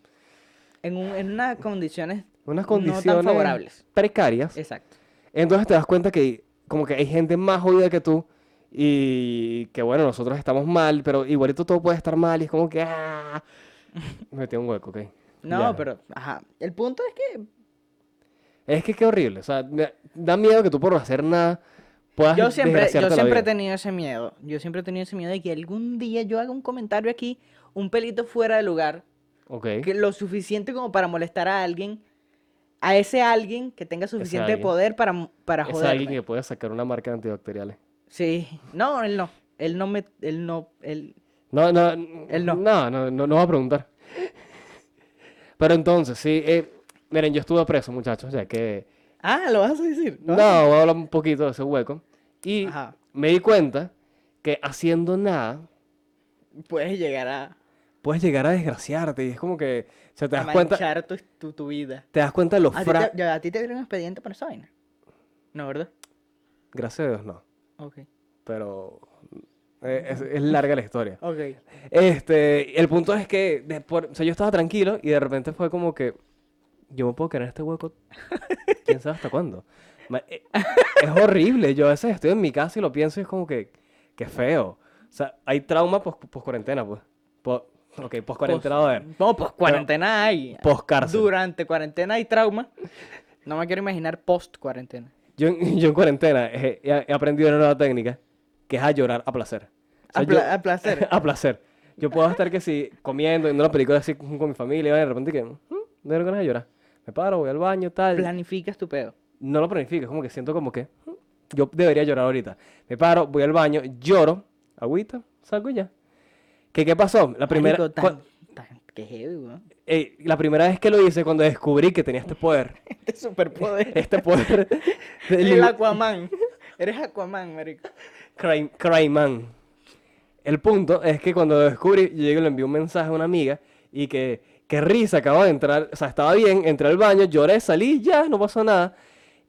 [SPEAKER 1] En, un- en unas condiciones
[SPEAKER 2] unas
[SPEAKER 1] no
[SPEAKER 2] condiciones
[SPEAKER 1] tan favorables.
[SPEAKER 2] precarias,
[SPEAKER 1] Exacto.
[SPEAKER 2] entonces te das cuenta que como que hay gente más jodida que tú y que bueno, nosotros estamos mal, pero igualito todo puede estar mal y es como que... ah, Me metí un hueco, ok.
[SPEAKER 1] No,
[SPEAKER 2] Ya.
[SPEAKER 1] pero, ajá. El punto es que
[SPEAKER 2] Es que qué horrible, o sea, me- da miedo que tú por no hacer nada puedas
[SPEAKER 1] yo siempre,
[SPEAKER 2] desgraciarte
[SPEAKER 1] yo
[SPEAKER 2] la
[SPEAKER 1] siempre he
[SPEAKER 2] vida.
[SPEAKER 1] tenido ese miedo. Yo siempre he tenido ese miedo de que algún día yo haga un comentario aquí, un pelito fuera de lugar,
[SPEAKER 2] Ok.
[SPEAKER 1] que lo suficiente como para molestar a alguien, a ese alguien que tenga suficiente
[SPEAKER 2] alguien.
[SPEAKER 1] poder para, para
[SPEAKER 2] Es alguien
[SPEAKER 1] joderme.
[SPEAKER 2] que puede sacar una marca de antibacteriales.
[SPEAKER 1] Sí, no, él no, él no me, él no, él,
[SPEAKER 2] No, no,
[SPEAKER 1] Él no.
[SPEAKER 2] No, no, no, no va a preguntar. Pero entonces, sí, eh, miren, yo estuve preso, muchachos, ya que...
[SPEAKER 1] ah, lo vas a decir,
[SPEAKER 2] No,
[SPEAKER 1] ¿no?
[SPEAKER 2] voy a hablar un poquito de ese hueco. Y
[SPEAKER 1] Ajá.
[SPEAKER 2] me di cuenta que haciendo nada...
[SPEAKER 1] puedes llegar a,
[SPEAKER 2] Puedes llegar a desgraciarte y es como que... O sea, te
[SPEAKER 1] a
[SPEAKER 2] das cuenta,
[SPEAKER 1] manchar tu, tu, tu vida.
[SPEAKER 2] te das cuenta de lo
[SPEAKER 1] ¿A ti, te,
[SPEAKER 2] frágil...
[SPEAKER 1] ya, a ti te abrieron un expediente por esa vaina, ¿no, verdad?
[SPEAKER 2] Gracias a Dios, no.
[SPEAKER 1] Ok,
[SPEAKER 2] Pero eh, es- es larga la historia.
[SPEAKER 1] ok,
[SPEAKER 2] Este, el punto es que de- por- o sea, yo estaba tranquilo y de repente fue como que yo me puedo quedar en este hueco quién sabe hasta cuándo. Ma- eh, Es horrible, yo a veces estoy en mi casa y lo pienso y es como que qué feo. O sea, hay trauma pos, pos cuarentena, pues. Po- ok, pos cuarentena va a haber.
[SPEAKER 1] No, pues cuarentena hay.
[SPEAKER 2] Post cárcel.
[SPEAKER 1] Durante cuarentena hay trauma. No me quiero imaginar post cuarentena.
[SPEAKER 2] Yo, en- yo en cuarentena eh, he, he aprendido una nueva técnica que es a llorar a placer. O sea,
[SPEAKER 1] A,
[SPEAKER 2] yo-
[SPEAKER 1] pla- a placer.
[SPEAKER 2] a placer. Yo puedo estar que si comiendo, viendo una película así con con mi familia, y de repente que, "Mm, me dieron ganas de llorar. Me paro, voy al baño, tal.
[SPEAKER 1] Planificas tu pedo.
[SPEAKER 2] No lo planifico, es como que siento como que "Mm, yo debería llorar ahorita. Me paro, voy al baño, lloro, agüita, salgo y ya. ¿Qué, qué pasó? La primera,
[SPEAKER 1] Marico, tan-
[SPEAKER 2] cua-
[SPEAKER 1] tan- qué heavy, weón.
[SPEAKER 2] eh, la primera vez que lo hice, cuando descubrí que tenía este poder,
[SPEAKER 1] Este superpoder.
[SPEAKER 2] este poder de
[SPEAKER 1] El
[SPEAKER 2] li-
[SPEAKER 1] Aquaman. Eres Aquaman, marico.
[SPEAKER 2] Crime, crime Man. El punto es que cuando lo descubrí, yo llegué y le envié un mensaje a una amiga y que, qué risa, acabo de entrar, o sea, estaba bien, entré al baño, lloré, salí, ya, no pasó nada.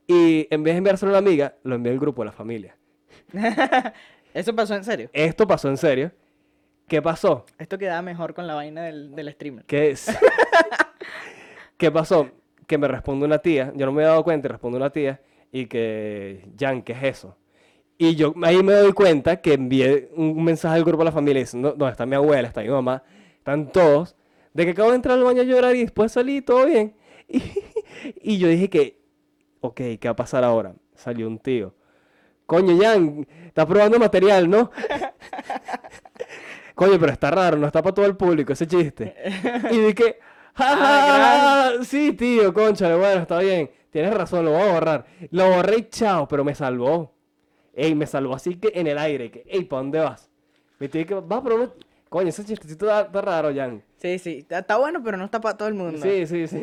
[SPEAKER 2] Y en vez de enviárselo a una amiga, lo envié al grupo de la familia.
[SPEAKER 1] Eso pasó en serio.
[SPEAKER 2] Esto pasó en serio. ¿Qué pasó?
[SPEAKER 1] Esto quedaba mejor con la vaina del, del streamer.
[SPEAKER 2] ¿Qué es? ¿Qué pasó? Que me responde una tía, yo no me he dado cuenta, y responde una tía y que, Jan, ¿qué es eso? Y yo ahí me doy cuenta que envié un mensaje al grupo de la familia diciendo, ¿dónde está mi abuela? ¿Está mi mamá? Están todos. De que acabo de entrar al baño a llorar y después salí, todo bien. Y, y yo dije que, ok, ¿qué va a pasar ahora? Salió un tío. Coño, Jan, está probando material, ¿no? Coño, pero está raro, no está para todo el público ese chiste. Y dije, ¡Ja, ja,
[SPEAKER 1] Ah,
[SPEAKER 2] ja, sí, tío, concha, bueno, está bien. Tienes razón, lo voy a borrar. Lo borré y chao, pero me salvó. Ey, me salvó así que en el aire. Que, Ey, ¿para dónde vas? Me tiene que, va, pero no- Coño, ese chistecito está, está raro, Jan.
[SPEAKER 1] Sí, sí. Está, está bueno, pero no está para todo el mundo.
[SPEAKER 2] Sí, sí, sí.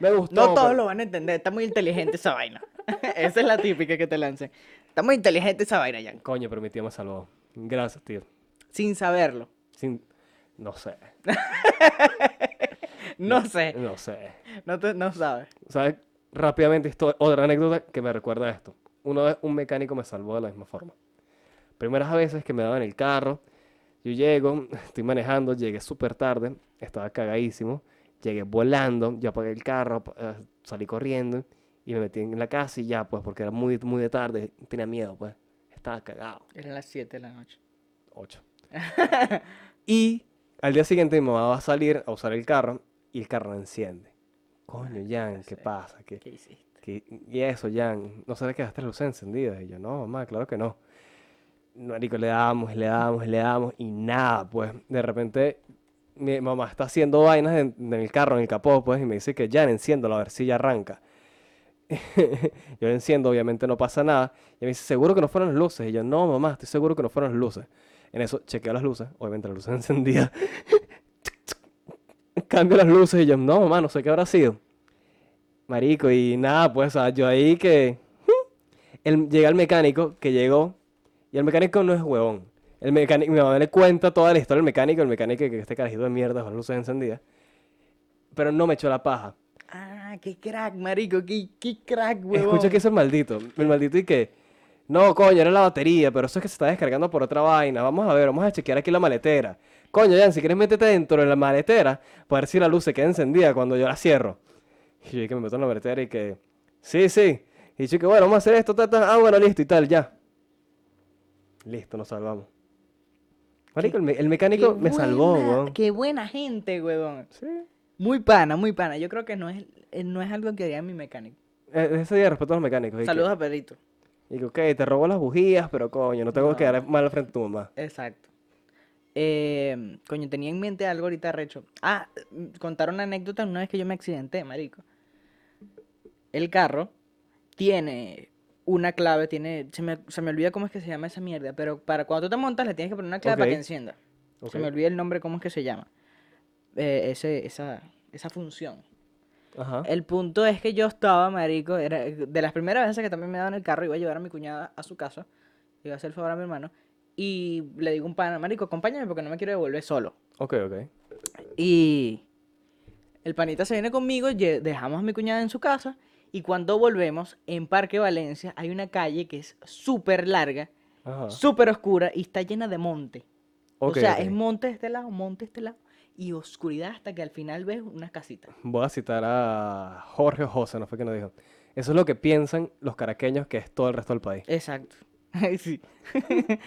[SPEAKER 2] Me gustó.
[SPEAKER 1] no todos
[SPEAKER 2] pero-
[SPEAKER 1] lo van a entender. Está muy inteligente esa vaina. esa es la típica que te lancen. Está muy inteligente esa vaina, Jan.
[SPEAKER 2] Coño, pero mi tío me salvó. Gracias, tío.
[SPEAKER 1] Sin saberlo.
[SPEAKER 2] Sin... No sé.
[SPEAKER 1] No sé.
[SPEAKER 2] No sé.
[SPEAKER 1] No, te- no sabes.
[SPEAKER 2] ¿Sabes? Rápidamente, esto, otra anécdota que me recuerda a esto. Una vez un mecánico me salvó de la misma forma. Primeras veces que me daba en el carro, yo llego, estoy manejando, llegué súper tarde, estaba cagadísimo, llegué volando, yo apagué el carro, ap- eh, salí corriendo y me metí en la casa y ya, pues, porque era muy, muy de tarde, tenía miedo, pues, estaba cagado.
[SPEAKER 1] Eran las 7 de la noche.
[SPEAKER 2] 8. y al día siguiente mi mamá va a salir a usar el carro y el carro no enciende. Coño, Jan,
[SPEAKER 1] sé.
[SPEAKER 2] ¿qué pasa? ¿Qué,
[SPEAKER 1] ¿Qué hiciste?
[SPEAKER 2] qué- y eso, Jan, ¿no será que dejaste las luces encendidas? Y yo, no, mamá, claro que no. Marico, le damos, le damos, le damos y nada, pues. De repente mi mamá está haciendo vainas en, en el carro, en el capó, pues, y me dice que Jan, enciéndolo, a ver si ya arranca. yo lo enciendo, obviamente no pasa nada. Y me dice, ¿seguro que no fueron las luces? Y yo, no, mamá, estoy seguro que no fueron las luces. En eso chequeo las luces, obviamente las luces encendidas. Cambio las luces y yo, no, mamá, no sé qué habrá sido. Marico, y nada, pues, o sea, yo ahí que. El, llega el mecánico que llegó, y el mecánico no es huevón. El mecánico, mi mamá le cuenta toda la historia al mecánico, el mecánico que este carajito de mierda con las luces encendidas. Pero no me echó la paja.
[SPEAKER 1] Ah, Ah, qué crack, marico, qué, qué crack, huevón.
[SPEAKER 2] Escucha que hizo el maldito. El maldito y que. No, coño, era la batería, pero eso es que se está descargando por otra vaina. Vamos a ver, vamos a chequear aquí la maletera. Coño, Jan, si quieres métete dentro de la maletera para ver si la luz se queda encendida cuando yo la cierro. Y yo que me meto en la maletera y que. Sí, sí. Y yo que bueno, vamos a hacer esto, tal, tal. Ah, bueno, listo y tal, ya. Listo, nos salvamos. Marico, el, me- el
[SPEAKER 1] Qué
[SPEAKER 2] mecánico me salvó,
[SPEAKER 1] buena-
[SPEAKER 2] weón.
[SPEAKER 1] Qué buena gente, huevón.
[SPEAKER 2] Sí.
[SPEAKER 1] Muy pana, muy pana. Yo creo que no es, eh, no es algo que haría mi mecánico.
[SPEAKER 2] Eh, Ese día respeto a los mecánicos. y que-
[SPEAKER 1] Saludos a Pedrito.
[SPEAKER 2] Y que, ok, te robó las bujías, pero coño, no tengo que quedar mal frente a tu mamá.
[SPEAKER 1] Exacto. Eh, coño, tenía en mente algo ahorita recho. Ah, mm, contaron una anécdota una vez que yo me accidenté, marico. El carro tiene una clave, tiene. Se me, se me olvida cómo es que se llama esa mierda, pero para cuando tú te montas le tienes que poner una clave para que
[SPEAKER 2] Ok.
[SPEAKER 1] encienda.
[SPEAKER 2] Ok.
[SPEAKER 1] Se me olvida el nombre, cómo es que se llama. Eh, ese, esa, esa función.
[SPEAKER 2] Ajá.
[SPEAKER 1] El punto es que yo estaba, marico, era de las primeras veces que también me daban el carro, iba a llevar a mi cuñada a su casa, iba a hacer el favor a mi hermano, y le digo a un pana, marico, acompáñame porque no me quiero devolver solo.
[SPEAKER 2] Ok, ok.
[SPEAKER 1] Y el panita se viene conmigo, lle- dejamos a mi cuñada en su casa, y cuando volvemos, en Parque Valencia hay una calle que es súper larga,
[SPEAKER 2] Ajá.
[SPEAKER 1] súper oscura, y está llena de monte.
[SPEAKER 2] Ah. Ok,
[SPEAKER 1] o sea,
[SPEAKER 2] ok.
[SPEAKER 1] es monte de este lado, monte de este lado, y oscuridad hasta que al final ves unas casitas.
[SPEAKER 2] Voy a citar a Jorge José, no fue que nos dijo. Eso es lo que piensan los caraqueños que es todo el resto del país.
[SPEAKER 1] Exacto. sí.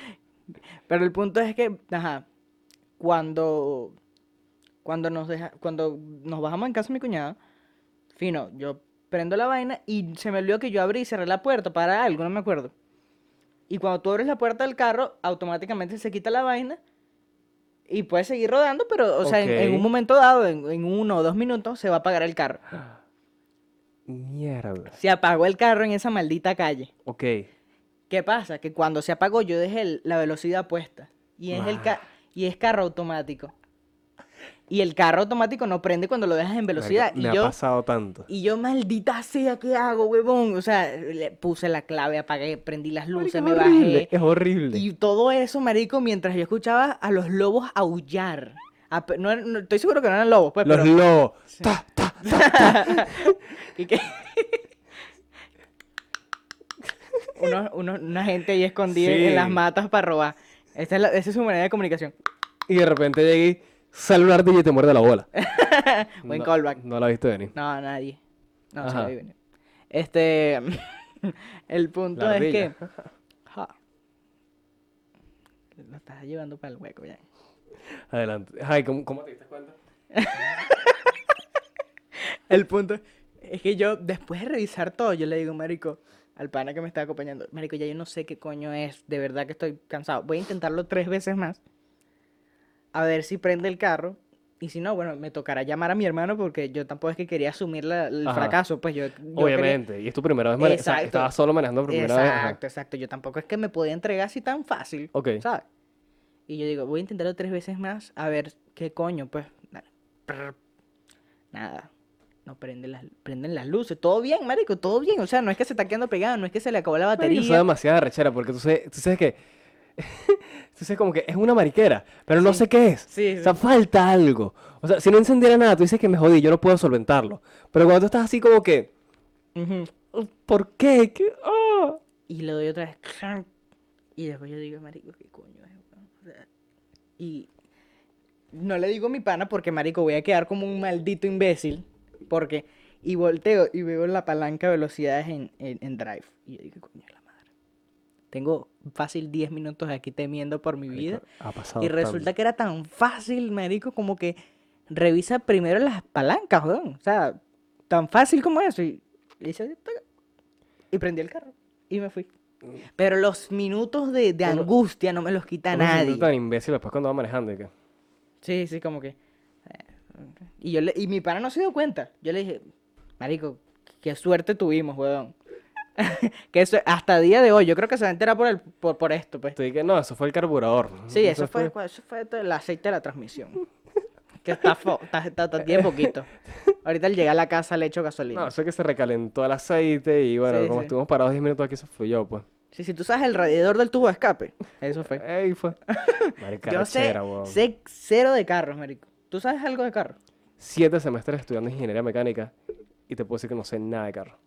[SPEAKER 1] Pero el punto es que, ajá, cuando, cuando, nos deja, cuando nos bajamos en casa de mi cuñada, fino, yo prendo la vaina y se me olvidó que yo abrí y cerré la puerta para algo, no me acuerdo. Y cuando tú abres la puerta del carro, automáticamente se quita la vaina y puedes seguir rodando, pero, o sea, en, en un
[SPEAKER 2] Ok.
[SPEAKER 1] momento dado, en, en uno o dos minutos, se va a apagar el carro.
[SPEAKER 2] Mierda.
[SPEAKER 1] Se apagó el carro en esa maldita calle.
[SPEAKER 2] Ok.
[SPEAKER 1] ¿Qué pasa? Que cuando se apagó yo dejé el- la velocidad puesta. Y es, el ca- y es carro automático. Y el carro automático no prende cuando lo dejas en velocidad.
[SPEAKER 2] Marico, Me
[SPEAKER 1] y, yo,
[SPEAKER 2] ha pasado tanto.
[SPEAKER 1] y yo, maldita sea, ¿qué hago, huevón? O sea, le puse la clave, apagué, prendí las luces,
[SPEAKER 2] Marico,
[SPEAKER 1] me
[SPEAKER 2] es horrible.
[SPEAKER 1] bajé.
[SPEAKER 2] Es horrible.
[SPEAKER 1] Y todo eso, marico, mientras yo escuchaba a los lobos aullar. A pe- no era- no- estoy seguro que no eran lobos, pues,
[SPEAKER 2] Los
[SPEAKER 1] pero...
[SPEAKER 2] lobos.
[SPEAKER 1] y que- Unos- unos- una gente ahí escondida en- en las
[SPEAKER 2] Sí.
[SPEAKER 1] matas para robar. Esa es, la- esa es su manera de comunicación.
[SPEAKER 2] Y de repente llegué, sale un ardilla y te muerde la bola.
[SPEAKER 1] Buen
[SPEAKER 2] No-
[SPEAKER 1] callback.
[SPEAKER 2] No la viste venir.
[SPEAKER 1] No, nadie. No, se
[SPEAKER 2] Ajá.
[SPEAKER 1] lo vi venir. Este. el punto
[SPEAKER 2] La
[SPEAKER 1] es que.
[SPEAKER 2] ardilla.
[SPEAKER 1] Ja. Lo estás llevando para el hueco ya.
[SPEAKER 2] Adelante. Ay, ¿cómo, cómo te diste cuenta?
[SPEAKER 1] El punto es que yo, después de revisar todo, yo le digo, marico, al pana que me está acompañando, marico, ya yo no sé qué coño es, de verdad que estoy cansado. Voy a intentarlo tres veces más, a ver si prende el carro, y si no, bueno, me tocará llamar a mi hermano porque yo tampoco es que quería asumir la- el
[SPEAKER 2] Ajá.
[SPEAKER 1] fracaso, pues yo... yo quería-
[SPEAKER 2] Obviamente. Y es tu primera vez. mane- o sea,
[SPEAKER 1] Exacto.
[SPEAKER 2] Estaba solo manejando por primera vez. ajá.
[SPEAKER 1] Exacto, exacto. Yo tampoco es que me podía entregar así tan fácil.
[SPEAKER 2] Ok.
[SPEAKER 1] ¿Sabes? Y yo digo, voy a intentarlo tres veces más a ver qué coño, pues. Nada. Prr. Nada. No prenden las, prenden las luces. Todo bien, marico, todo bien. O sea, no es que se está quedando pegado, no es que se le acabó la
[SPEAKER 2] Marico, Eso es
[SPEAKER 1] batería.
[SPEAKER 2] demasiada rechera porque tú sabes, tú sabes que. tú sabes como que es una mariquera, pero no sé qué es.
[SPEAKER 1] Sí,
[SPEAKER 2] O sea, falta algo. O sea, si no encendiera nada, tú dices que me jodí, yo no puedo solventarlo. Pero cuando tú estás así como que.
[SPEAKER 1] Ujú.
[SPEAKER 2] ¿Por qué? ¿Qué? Ah".
[SPEAKER 1] Y le doy otra vez. crank. Y después yo digo, marico, ¿qué coño es? weón?". O sea, Y no le digo a mi pana porque, marico, voy a quedar como un maldito imbécil. Porque... Y volteo y veo la palanca de velocidades en, en- en drive. Y yo digo, coño, la madre. Tengo fácil 10 minutos aquí temiendo por mi vida.
[SPEAKER 2] Marico, Ha pasado.
[SPEAKER 1] Y resulta que era tan fácil, marico, como que revisa primero las palancas, weón. O sea, tan fácil como eso. Y, y hice así, tac, y prendí el carro y me fui. Pero los minutos de, de
[SPEAKER 2] Uno-
[SPEAKER 1] angustia no me los quita nadie.
[SPEAKER 2] tan imbécil después cuando va manejando. y que,
[SPEAKER 1] Sí, sí, como que. eh, Y, yo le- y mi pana no se dio cuenta. Yo le dije, Marico, qué suerte tuvimos, weón. que eso, hasta día de hoy, yo creo que se va a enterar por, el, por, por esto, pues.
[SPEAKER 2] Te dije, no, eso fue el carburador.
[SPEAKER 1] Sí, eso fue, cua- eso fue todo el aceite de la transmisión. Que está, fo- está, está, está bien poquito. Ahorita al llegar a la casa le echo gasolina.
[SPEAKER 2] No, eso que se recalentó el aceite y bueno,
[SPEAKER 1] Sí,
[SPEAKER 2] como
[SPEAKER 1] sí.
[SPEAKER 2] estuvimos parados 10 minutos aquí, eso fui yo, pues.
[SPEAKER 1] Sí, si tú sabes el radiador del tubo de escape, eso fue.
[SPEAKER 2] Ey, fue. Marica,
[SPEAKER 1] Yo sé,
[SPEAKER 2] rechera, weón.
[SPEAKER 1] sé cero de carros, marico. ¿Tú sabes algo de carros?
[SPEAKER 2] Siete semestres estudiando ingeniería mecánica y y te puedo decir que no sé nada de carro.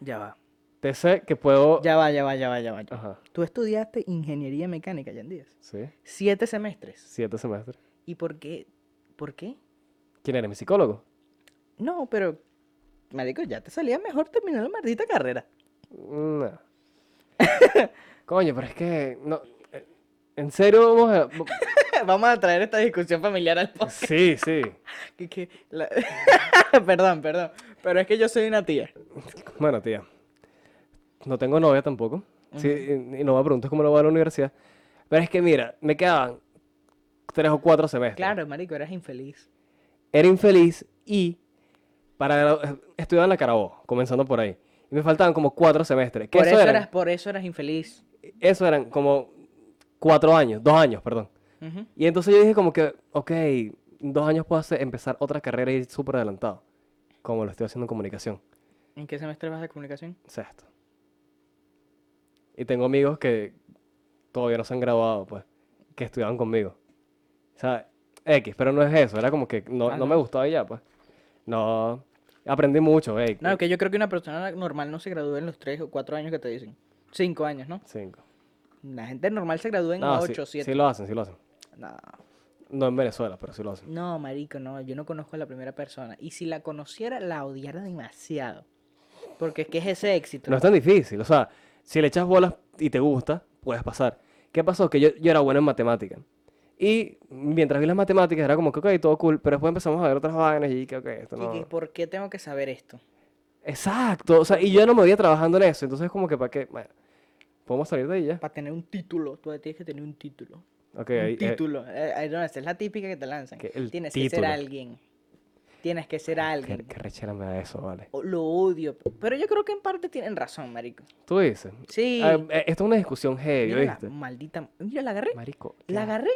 [SPEAKER 1] Ya va.
[SPEAKER 2] Te sé que puedo...
[SPEAKER 1] Ya va, ya va, ya va, ya va.
[SPEAKER 2] Ajá,
[SPEAKER 1] Tú estudiaste ingeniería mecánica, Jan Díaz.
[SPEAKER 2] sí.
[SPEAKER 1] Siete semestres.
[SPEAKER 2] Siete semestres.
[SPEAKER 1] ¿Y por qué? ¿Por qué?
[SPEAKER 2] ¿Quién eres? ¿Mi psicólogo?
[SPEAKER 1] No, pero. Marico, ya te salía mejor terminar la maldita carrera.
[SPEAKER 2] No. Coño, pero es que... No, eh, en serio vamos a... vo-
[SPEAKER 1] Vamos a traer esta discusión familiar al podcast.
[SPEAKER 2] Sí, sí.
[SPEAKER 1] Que- que la- perdón, perdón. Pero es que yo soy una tía.
[SPEAKER 2] Bueno, tía. No tengo novia tampoco. Sí, y, y no me preguntes cómo lo voy a la universidad. Pero es que mira, me quedaban tres o cuatro semestres.
[SPEAKER 1] Claro, marico, eras infeliz.
[SPEAKER 2] Era infeliz y para gra- estudiaba en la Carabobo, comenzando por ahí. Y me faltaban como cuatro semestres. Que
[SPEAKER 1] Por
[SPEAKER 2] eso,
[SPEAKER 1] eso
[SPEAKER 2] eran,
[SPEAKER 1] eras, por eso eras infeliz.
[SPEAKER 2] eso eran como cuatro años, dos años, perdón.
[SPEAKER 1] Ujú.
[SPEAKER 2] Y entonces yo dije como que, ok, en dos años puedo hacer- empezar otra carrera y ir súper adelantado. Como lo estoy haciendo en comunicación.
[SPEAKER 1] ¿En qué semestre vas de comunicación?
[SPEAKER 2] sexto. Y tengo amigos que todavía no se han graduado, pues, que estudiaban conmigo. O sea, X, pero no es eso, era como que no,
[SPEAKER 1] Ah,
[SPEAKER 2] no
[SPEAKER 1] no.
[SPEAKER 2] me gustaba y ya, pues. No, aprendí mucho, ey.
[SPEAKER 1] No, que yo creo que una persona normal no se gradúa en los tres o cuatro años que te dicen. Cinco años, ¿no?
[SPEAKER 2] Cinco.
[SPEAKER 1] La gente normal se gradúa en
[SPEAKER 2] No, sí,
[SPEAKER 1] ocho, siete.
[SPEAKER 2] sí lo hacen, sí lo hacen.
[SPEAKER 1] No.
[SPEAKER 2] No en Venezuela, pero sí lo hacen.
[SPEAKER 1] No, marico, no, yo no conozco a la primera persona. Y si la conociera, la odiara demasiado. Porque es que es ese éxito.
[SPEAKER 2] No es tan difícil, o sea, si le echas bolas y te gusta, puedes pasar. ¿Qué pasó? Que yo, yo era bueno en matemáticas. Y mientras vi las matemáticas era como que, ok, todo cool, pero después empezamos a ver otras vainas y que, ok, esto
[SPEAKER 1] Y
[SPEAKER 2] no...
[SPEAKER 1] que, ¿Por qué tengo que saber esto?
[SPEAKER 2] Exacto, o sea, y yo no me veía trabajando en eso, entonces como que para qué, bueno, podemos salir de ahí ya.
[SPEAKER 1] Para tener un título, tú tienes que tener un título.
[SPEAKER 2] Ok,
[SPEAKER 1] un
[SPEAKER 2] ahí, eh,
[SPEAKER 1] título. Eh, eh, no, esa es la típica que te lanzan.
[SPEAKER 2] que el
[SPEAKER 1] Tienes que ser
[SPEAKER 2] título.
[SPEAKER 1] alguien. Tienes que ser
[SPEAKER 2] qué,
[SPEAKER 1] alguien.
[SPEAKER 2] qué rechera me da eso, vale.
[SPEAKER 1] O- Lo odio. Pero yo creo que en parte tienen razón, marico.
[SPEAKER 2] Tú dices,
[SPEAKER 1] Sí.
[SPEAKER 2] ah, eh, esto es una discusión heavy,
[SPEAKER 1] mira la
[SPEAKER 2] ¿viste?
[SPEAKER 1] maldita. Mira, la agarré.
[SPEAKER 2] Marico, ¿qué
[SPEAKER 1] La
[SPEAKER 2] vas-
[SPEAKER 1] agarré.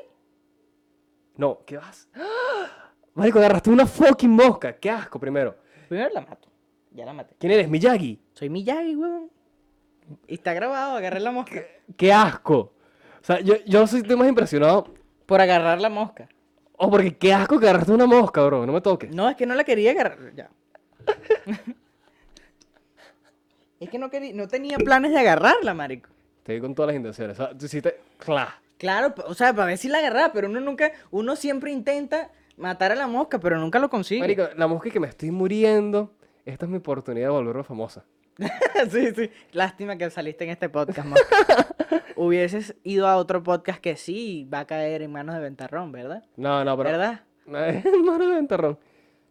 [SPEAKER 2] No, ¿qué vas? ¡Ah! Marico, agarraste una fucking mosca, qué asco primero.
[SPEAKER 1] Primero la mato. Ya la maté.
[SPEAKER 2] ¿Quién eres, Miyagi?
[SPEAKER 1] Soy Miyagi, huevón. Y está grabado, agarré la mosca.
[SPEAKER 2] Qué asco. O sea, yo, yo soy estoy más impresionado,
[SPEAKER 1] Por agarrar la mosca.
[SPEAKER 2] oh, porque qué asco que agarraste una mosca, bro, no me toques.
[SPEAKER 1] No, es que no la quería agarrar. Ya. es que no, quería, no tenía planes de agarrarla, marico.
[SPEAKER 2] Te di con todas las intenciones, o sea, tú hiciste, ¡cla!
[SPEAKER 1] Claro, p- o sea, para ver si la agarraba, pero uno nunca, uno siempre intenta matar a la mosca, pero nunca lo consigue.
[SPEAKER 2] Marico, la mosca que me estoy muriendo, esta es mi oportunidad de volverme famosa.
[SPEAKER 1] sí, sí. Lástima que saliste en este podcast, mosca. Hubieses ido a otro podcast que sí va a caer en manos de Ventarrón, ¿verdad?
[SPEAKER 2] No, no, pero.
[SPEAKER 1] ¿Verdad?
[SPEAKER 2] No, no, no, enterrón.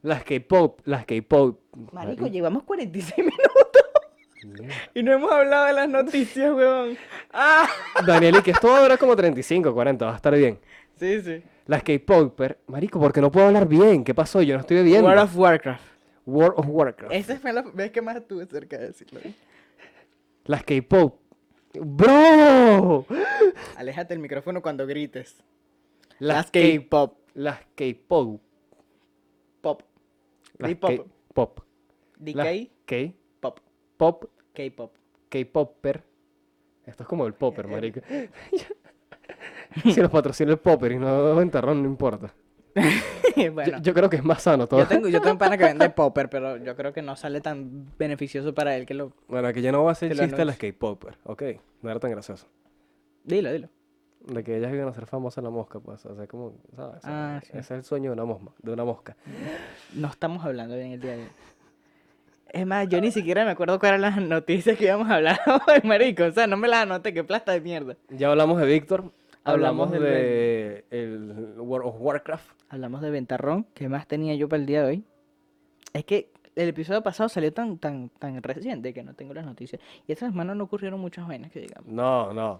[SPEAKER 2] Las K-pop, las K-pop.
[SPEAKER 1] Marico, llevamos 46 minutos y no hemos hablado de las noticias, weón. Ah,
[SPEAKER 2] Daniel, y que esto va a durar como 35, 40, va a estar bien.
[SPEAKER 1] sí, sí.
[SPEAKER 2] Las K-popper, marico, porque no puedo hablar bien. ¿Qué pasó? Yo no estoy bebiendo.
[SPEAKER 1] World of Warcraft.
[SPEAKER 2] World of Warcraft.
[SPEAKER 1] Esa fue la vez que más estuve cerca de decirlo.
[SPEAKER 2] Las K-pop. ¡Bro!
[SPEAKER 1] Aléjate el micrófono cuando grites.
[SPEAKER 2] Las K-
[SPEAKER 1] K-pop.
[SPEAKER 2] Las K-pop.
[SPEAKER 1] Pop.
[SPEAKER 2] Las
[SPEAKER 1] Di pop.
[SPEAKER 2] K-pop. Las
[SPEAKER 1] DK. Pop.
[SPEAKER 2] K-pop.
[SPEAKER 1] K-pop.
[SPEAKER 2] K-popper. Esto es como el popper, marico. si los patrocina el popper y no enterrón, no importa. Yo-
[SPEAKER 1] bueno.
[SPEAKER 2] Yo, creo que es más sano todo.
[SPEAKER 1] Yo tengo, yo tengo un pana que vende popper, pero yo creo que no sale tan beneficioso para él que lo...
[SPEAKER 2] Bueno, que ya no voy a hacer
[SPEAKER 1] Te
[SPEAKER 2] el
[SPEAKER 1] lo
[SPEAKER 2] chiste de las K-popper, ok. No era tan gracioso.
[SPEAKER 1] Dilo, dilo.
[SPEAKER 2] De que ellas iban a ser famosas en la mosca, pues. O sea, como, ¿sabes?
[SPEAKER 1] Ah, sí.
[SPEAKER 2] Ese es el sueño de una, mosma, de una mosca.
[SPEAKER 1] No estamos hablando bien el día de hoy. Es más, yo ni siquiera me acuerdo cuáles eran las noticias que íbamos a hablar hoy, marico. O sea, no me las anoté, que plasta de mierda.
[SPEAKER 2] Ya hablamos de Víctor. Hablamos,
[SPEAKER 1] Hablamos del
[SPEAKER 2] de el World of Warcraft.
[SPEAKER 1] Hablamos de Ventarrón. ¿Qué más tenía yo para el día de hoy? Es que el episodio pasado salió tan, tan, tan reciente que no tengo las noticias. Y estas semanas no ocurrieron muchas vainas que digamos.
[SPEAKER 2] No, no.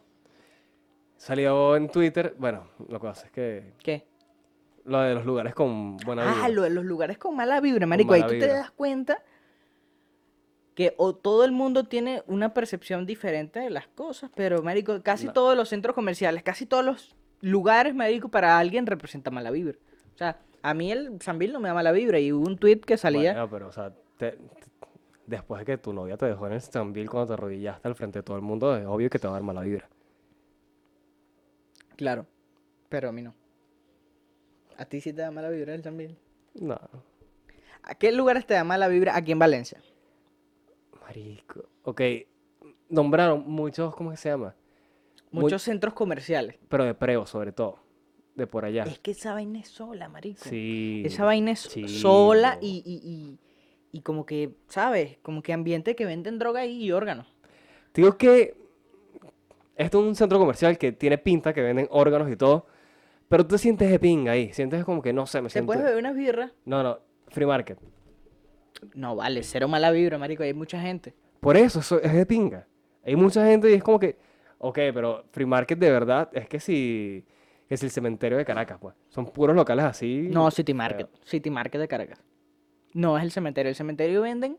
[SPEAKER 2] Salió en Twitter. Bueno, lo que pasa es que.
[SPEAKER 1] ¿Qué?
[SPEAKER 2] Lo de los lugares con buena
[SPEAKER 1] Ah,
[SPEAKER 2] vida.
[SPEAKER 1] lo de los lugares con mala vibra, marico.
[SPEAKER 2] mala
[SPEAKER 1] Ahí tú te
[SPEAKER 2] vibra.
[SPEAKER 1] das cuenta que o todo el mundo tiene una percepción diferente de las cosas, pero, marico, casi
[SPEAKER 2] No.
[SPEAKER 1] todos los centros comerciales, casi todos los lugares, marico, para alguien representa mala vibra. O sea, a mí el San Bill no me da mala vibra y hubo un tweet que salía...
[SPEAKER 2] Bueno, pero, o sea, te- te- después de que tu novia te dejó en el Stanville cuando te arrodillaste al frente de todo el mundo, es obvio que te va a dar mala vibra.
[SPEAKER 1] Claro, pero a mí no. ¿A ti sí te da mala vibra el San Bill?
[SPEAKER 2] No.
[SPEAKER 1] ¿A qué lugares te da mala vibra aquí en Valencia?
[SPEAKER 2] Marico. Ok. Nombraron muchos, ¿cómo que se llama? Muy-
[SPEAKER 1] Muchos centros comerciales.
[SPEAKER 2] Pero de preo, sobre todo. De por allá.
[SPEAKER 1] Es que esa vaina es sola, marico.
[SPEAKER 2] Sí.
[SPEAKER 1] Esa vaina es
[SPEAKER 2] sí,
[SPEAKER 1] sola
[SPEAKER 2] no.
[SPEAKER 1] y, y- y- y como que, ¿sabes? Como que ambiente que venden droga y órganos.
[SPEAKER 2] Digo que esto es un centro comercial que tiene pinta, que venden órganos y todo, pero tú sientes de pinga ahí, sientes como que no sé, me
[SPEAKER 1] ¿Se
[SPEAKER 2] siento...
[SPEAKER 1] puede beber unas birras?
[SPEAKER 2] No, no, free market.
[SPEAKER 1] No, vale, cero mala vibra, marico. Hay mucha gente.
[SPEAKER 2] Por eso, eso es de pinga. Hay mucha gente y es como que, ok, pero free market de verdad es que si es el cementerio de Caracas, pues. Son puros locales así.
[SPEAKER 1] No, City Market. City Market de Caracas. No es el cementerio. El cementerio venden.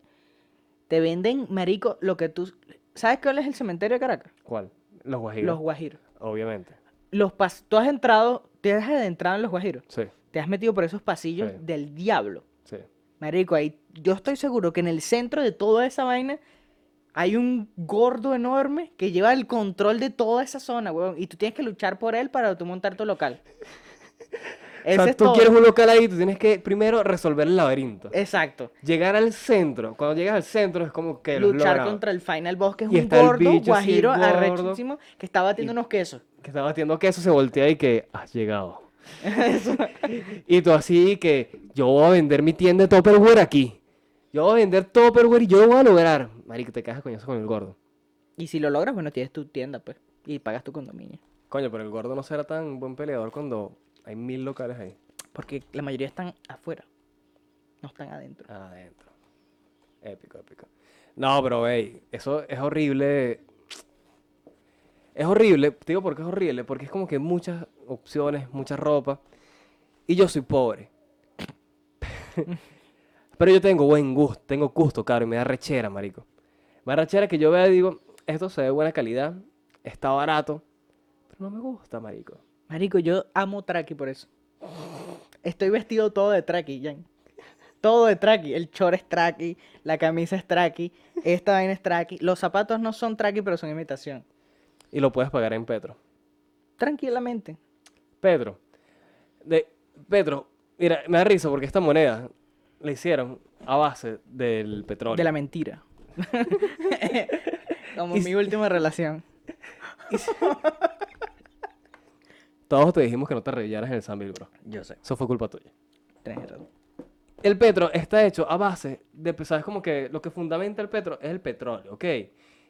[SPEAKER 1] Te venden, marico, lo que tú. ¿Sabes cuál es el cementerio de Caracas?
[SPEAKER 2] ¿Cuál? Los guajiros.
[SPEAKER 1] Los guajiros.
[SPEAKER 2] Obviamente.
[SPEAKER 1] Los pas tú has entrado, te has adentrado en los guajiros.
[SPEAKER 2] Sí,
[SPEAKER 1] Te has metido por esos pasillos
[SPEAKER 2] Sí.
[SPEAKER 1] del diablo.
[SPEAKER 2] sí.
[SPEAKER 1] Marico, ahí, yo estoy seguro que en el centro de toda esa vaina hay un gordo enorme que lleva el control de toda esa zona, weón. Y tú tienes que luchar por él para tú montar tu local.
[SPEAKER 2] o
[SPEAKER 1] Ese
[SPEAKER 2] sea,
[SPEAKER 1] es
[SPEAKER 2] tú
[SPEAKER 1] todo.
[SPEAKER 2] quieres un local ahí, tú tienes que primero resolver el laberinto.
[SPEAKER 1] Exacto.
[SPEAKER 2] Llegar al centro. Cuando llegas al centro es como que lo has
[SPEAKER 1] luchar
[SPEAKER 2] logrado.
[SPEAKER 1] contra el Final Boss, que es
[SPEAKER 2] Y
[SPEAKER 1] un
[SPEAKER 2] está el
[SPEAKER 1] gordo
[SPEAKER 2] bicho así,
[SPEAKER 1] guajiro
[SPEAKER 2] gordo.
[SPEAKER 1] arrechísimo que está batiendo
[SPEAKER 2] Y-
[SPEAKER 1] unos quesos.
[SPEAKER 2] que está batiendo queso, se voltea y que has llegado. y tú así que yo voy a vender mi tienda de Tupperware aquí. Yo voy a vender Tupperware y yo lo voy a lograr. Marico, te cagas coñazo con el gordo.
[SPEAKER 1] Y si lo logras, bueno, tienes tu tienda, pues. Y pagas tu condominio.
[SPEAKER 2] Coño, pero el gordo no será tan buen peleador cuando hay mil locales ahí.
[SPEAKER 1] Porque la mayoría están afuera. No están adentro.
[SPEAKER 2] Adentro. Épico, épico. No, pero, ey, eso es horrible. Es horrible, te digo porque es horrible, porque es como que muchas opciones, mucha ropa. Y yo soy pobre. pero yo tengo buen gusto, tengo gusto, caro, y me da rechera, marico. Me da rechera que yo vea y digo, esto se ve de buena calidad, está barato, pero no me gusta, marico.
[SPEAKER 1] Marico, yo amo Traki por eso. Estoy vestido todo de Traki, Jan. Todo de Traki. El short es Traki, la camisa es Traki, esta vaina es Traki. Los zapatos no son Traki, pero son imitación.
[SPEAKER 2] Y lo puedes pagar en Petro.
[SPEAKER 1] Tranquilamente.
[SPEAKER 2] Pedro. De, Pedro, mira, me da risa porque esta moneda la hicieron a base del petróleo.
[SPEAKER 1] De la mentira. Como
[SPEAKER 2] Y
[SPEAKER 1] mi última relación.
[SPEAKER 2] Todos te dijimos que no te arrodillaras en el Sambil, bro.
[SPEAKER 1] Yo sé.
[SPEAKER 2] Eso fue culpa tuya.
[SPEAKER 1] Tienes razón.
[SPEAKER 2] El petro está hecho a base de, pues, ¿sabes? Como que lo que fundamenta el petro es el petróleo, ¿ok?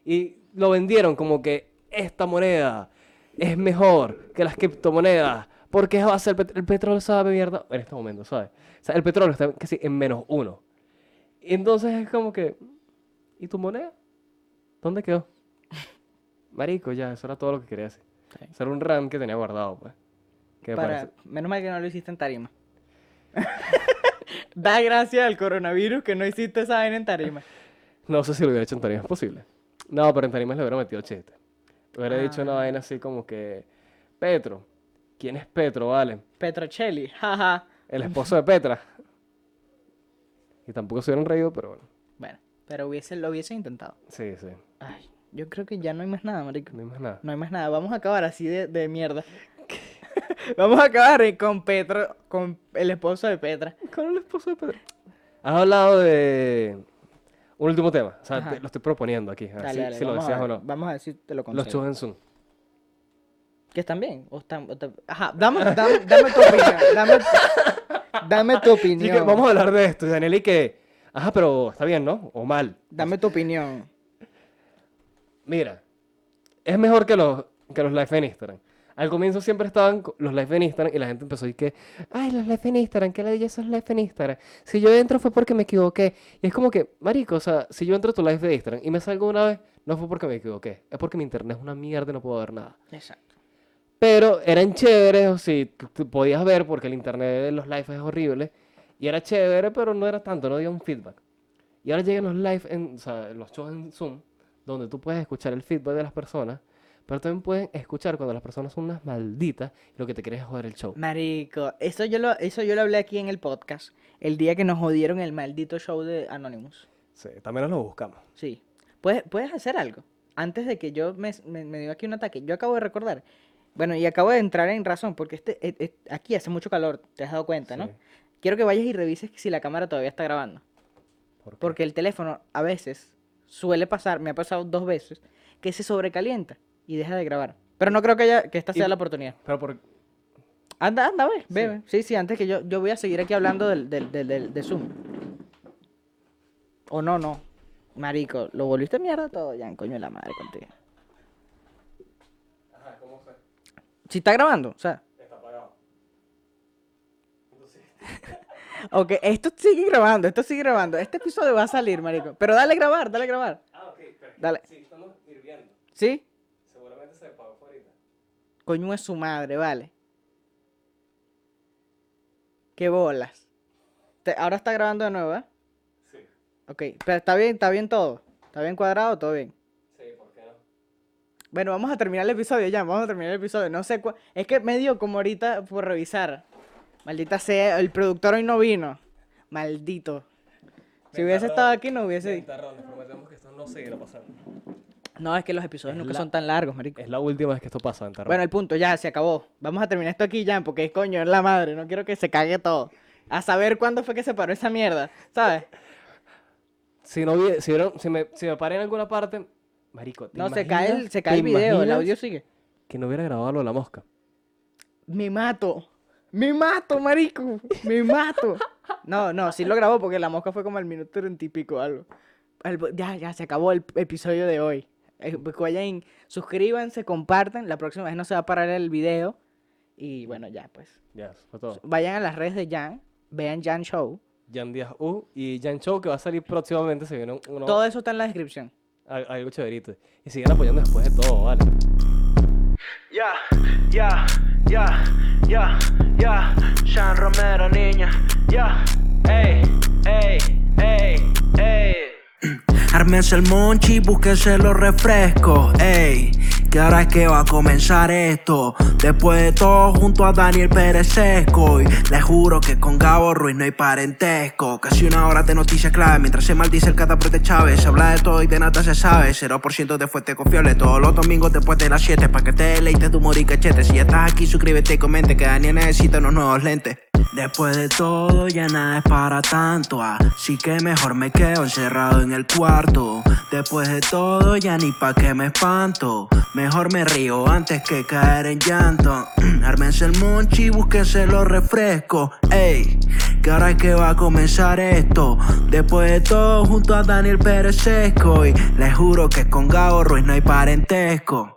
[SPEAKER 2] Y lo vendieron como que esta moneda es mejor que las criptomonedas porque es a base del petróleo. El petróleo sabe mierda en este momento, ¿sabes? O sea, el petróleo está casi en menos uno. Y entonces es como que, ¿y tu moneda? ¿Dónde quedó? Marico, ya, eso era todo lo que quería decir.
[SPEAKER 1] Está bien.
[SPEAKER 2] Eso era un RAM que tenía guardado, pues. Que me
[SPEAKER 1] Para-
[SPEAKER 2] parece-
[SPEAKER 1] Menos mal que no lo hiciste en tarima. da gracias al coronavirus que no hiciste esa vaina en tarima.
[SPEAKER 2] No sé si lo hubiera hecho en tarimas posible. No, pero en tarimas le hubiera metido chiste. Hubiera dicho
[SPEAKER 1] Ah.
[SPEAKER 2] una vaina así como que, Petro, ¿quién es Petro, vale?
[SPEAKER 1] Petrocelli, jaja.
[SPEAKER 2] El esposo de Petra. Y tampoco se hubieran reído, pero bueno.
[SPEAKER 1] Bueno, pero hubiese, lo hubiese intentado.
[SPEAKER 2] Sí, sí.
[SPEAKER 1] Ay, yo creo que ya no hay más nada, marico.
[SPEAKER 2] No hay más nada.
[SPEAKER 1] No hay más nada. Vamos a acabar así de, de mierda. Vamos a acabar eh, con Petro, con el esposo de Petra.
[SPEAKER 2] Con el esposo de Petra. Has hablado de un último tema. O sea,
[SPEAKER 1] Ajá.
[SPEAKER 2] te- lo estoy proponiendo aquí. A ver
[SPEAKER 1] Dale,
[SPEAKER 2] si,
[SPEAKER 1] dale,
[SPEAKER 2] si lo
[SPEAKER 1] vamos a
[SPEAKER 2] deseas o
[SPEAKER 1] ver,
[SPEAKER 2] no.
[SPEAKER 1] Vamos a decir, te lo
[SPEAKER 2] Los
[SPEAKER 1] concedo.
[SPEAKER 2] chus en Zoom.
[SPEAKER 1] Que están bien. O están, o te- Ajá, dame, dame, dame tu opinión. Dame, tu- dame tu
[SPEAKER 2] Así
[SPEAKER 1] opinión.
[SPEAKER 2] que vamos a hablar de esto, Daniel, y que... Ajá, pero está bien, ¿no? O mal.
[SPEAKER 1] Dame tu opinión.
[SPEAKER 2] Mira, es mejor que los, que los live en Instagram. Al comienzo siempre estaban co- los live en Instagram y la gente empezó a decir que, ay, los live en Instagram, ¿qué le dije esos live en Instagram? Si yo entro fue porque me equivoqué. Y es como que, marico, o sea, si yo entro a tu live de Instagram y me salgo una vez, no fue porque me equivoqué, es porque mi internet es una mierda y no puedo ver nada.
[SPEAKER 1] Exacto.
[SPEAKER 2] Pero eran chéveres, o si tú- tú podías ver porque el internet de los live es horrible. Y era chévere, pero no era tanto, no dio un feedback. Y ahora llegan los live, en, o sea, los shows en Zoom, donde tú puedes escuchar el feedback de las personas, pero también pueden escuchar cuando las personas son unas malditas y lo que te quieres es joder el show.
[SPEAKER 1] Marico, eso yo, lo, eso yo lo hablé aquí en el podcast. El día que nos jodieron el maldito show de Anonymous.
[SPEAKER 2] Sí, también lo buscamos.
[SPEAKER 1] Sí. Puedes, puedes hacer algo. Antes de que yo me, me, me dio aquí un ataque. Yo acabo de recordar. e, Bueno, y acabo de entrar en razón, porque este, eh, eh, aquí hace mucho calor, te has dado cuenta, ¿no? Quiero que vayas y revises si la cámara todavía está grabando. Porque el teléfono a veces suele pasar, me ha pasado dos veces, que se sobrecalienta y deja de grabar. Pero no creo que, haya- que esta sea
[SPEAKER 2] Y-
[SPEAKER 1] la oportunidad.
[SPEAKER 2] Pero por...
[SPEAKER 1] Anda, anda, ve, ve, ve. Sí, sí, antes que yo, yo voy a seguir aquí hablando del, del, del, del- de Zoom. O no, no. Marico, lo volviste mierda todo, ya, coño de la madre contigo.
[SPEAKER 2] Ajá, ¿cómo fue?
[SPEAKER 1] Si está grabando, o sea.
[SPEAKER 2] Está apagado. Entonces...
[SPEAKER 1] Ok, esto sigue grabando, esto sigue grabando. Este episodio va a salir, marico. Pero dale a grabar, dale a grabar.
[SPEAKER 2] Ah, ok, perfecto.
[SPEAKER 1] Dale.
[SPEAKER 2] Sí, estamos hirviendo.
[SPEAKER 1] ¿Sí?
[SPEAKER 2] Seguramente se apagó ahorita.
[SPEAKER 1] Coño es su madre, vale. Qué bolas. Te- ahora está grabando de nuevo, ¿eh?
[SPEAKER 2] Sí.
[SPEAKER 1] Ok, pero está bien, está bien todo. Está bien cuadrado, todo bien.
[SPEAKER 2] Sí, ¿por qué no?
[SPEAKER 1] Bueno, vamos a terminar el episodio ya, vamos a terminar el episodio. No sé cuál. Es que me dio como ahorita por revisar. Maldita sea, el productor hoy no vino. Maldito. Si hubiese estado aquí, no hubiese.
[SPEAKER 2] Ventarrón, les prometemos que esto no seguirá pasando.
[SPEAKER 1] No, es que los episodios
[SPEAKER 2] Es
[SPEAKER 1] nunca
[SPEAKER 2] la-
[SPEAKER 1] son tan largos, marico.
[SPEAKER 2] Es la última vez que esto pasa, Ventarrón.
[SPEAKER 1] Bueno, el punto, ya, se acabó. Vamos a terminar esto aquí, ya, porque es coño, es la madre. No quiero que se cague todo. A saber cuándo fue que se paró esa mierda, ¿sabes?
[SPEAKER 2] si, no, vi- si, vieron- si, me, si me paré en alguna parte, marico, ¿te
[SPEAKER 1] No, se
[SPEAKER 2] imaginas-
[SPEAKER 1] cae el, se
[SPEAKER 2] te
[SPEAKER 1] cae el video, el
[SPEAKER 2] imaginas
[SPEAKER 1] audio sigue.
[SPEAKER 2] Que no hubiera grabado lo de la mosca.
[SPEAKER 1] Me mato. Me mato, marico. Me mato. No, no, sí lo grabó porque la mosca fue como al minuto treinta y pico algo. Al- ya, ya, se acabó el episodio de hoy. Eh, pues Vayan, suscríbanse, compartan. La próxima vez no se va a parar el video. Y bueno, ya, pues.
[SPEAKER 2] Ya, eso fue todo.
[SPEAKER 1] Vayan a las redes de Jan. Vean Jan Show.
[SPEAKER 2] Jan Díaz U y Jan Show, que va a salir próximamente, se viene uno,
[SPEAKER 1] Todo eso está en la descripción.
[SPEAKER 2] al- algo chéverito. Y siguen apoyando después de todo, ¿vale?
[SPEAKER 3] Ya, ya, ya, ya, ya, Sean Romero, niña. Ya, ey, ey, ey, ey.
[SPEAKER 4] Ármese el monchi, búsquese los refrescos, ey. Que ahora es que va a comenzar esto. Después de todo, junto a Daniel Pérez Sesco. Y les juro que con Gabo Ruiz no hay parentesco. Casi una hora de noticias clave mientras se maldice el cataprete Chávez. Se habla de todo y de nada se sabe. 0% de fuente confiable todos los domingos después de las 7. Pa' que te deleites tu humor y cachete. Si ya estás aquí, suscríbete y comente que Daniel necesita unos nuevos lentes. Después de todo ya nada es para tanto, así que mejor me quedo encerrado en el cuarto. Después de todo ya ni pa' que me espanto, mejor me río antes que caer en llanto. Ármense el monchi, búsquense los refrescos, ey, que ahora es que va a comenzar esto. Después de todo junto a Daniel Pérez Sesco y les juro que con Gabo Ruiz no hay parentesco.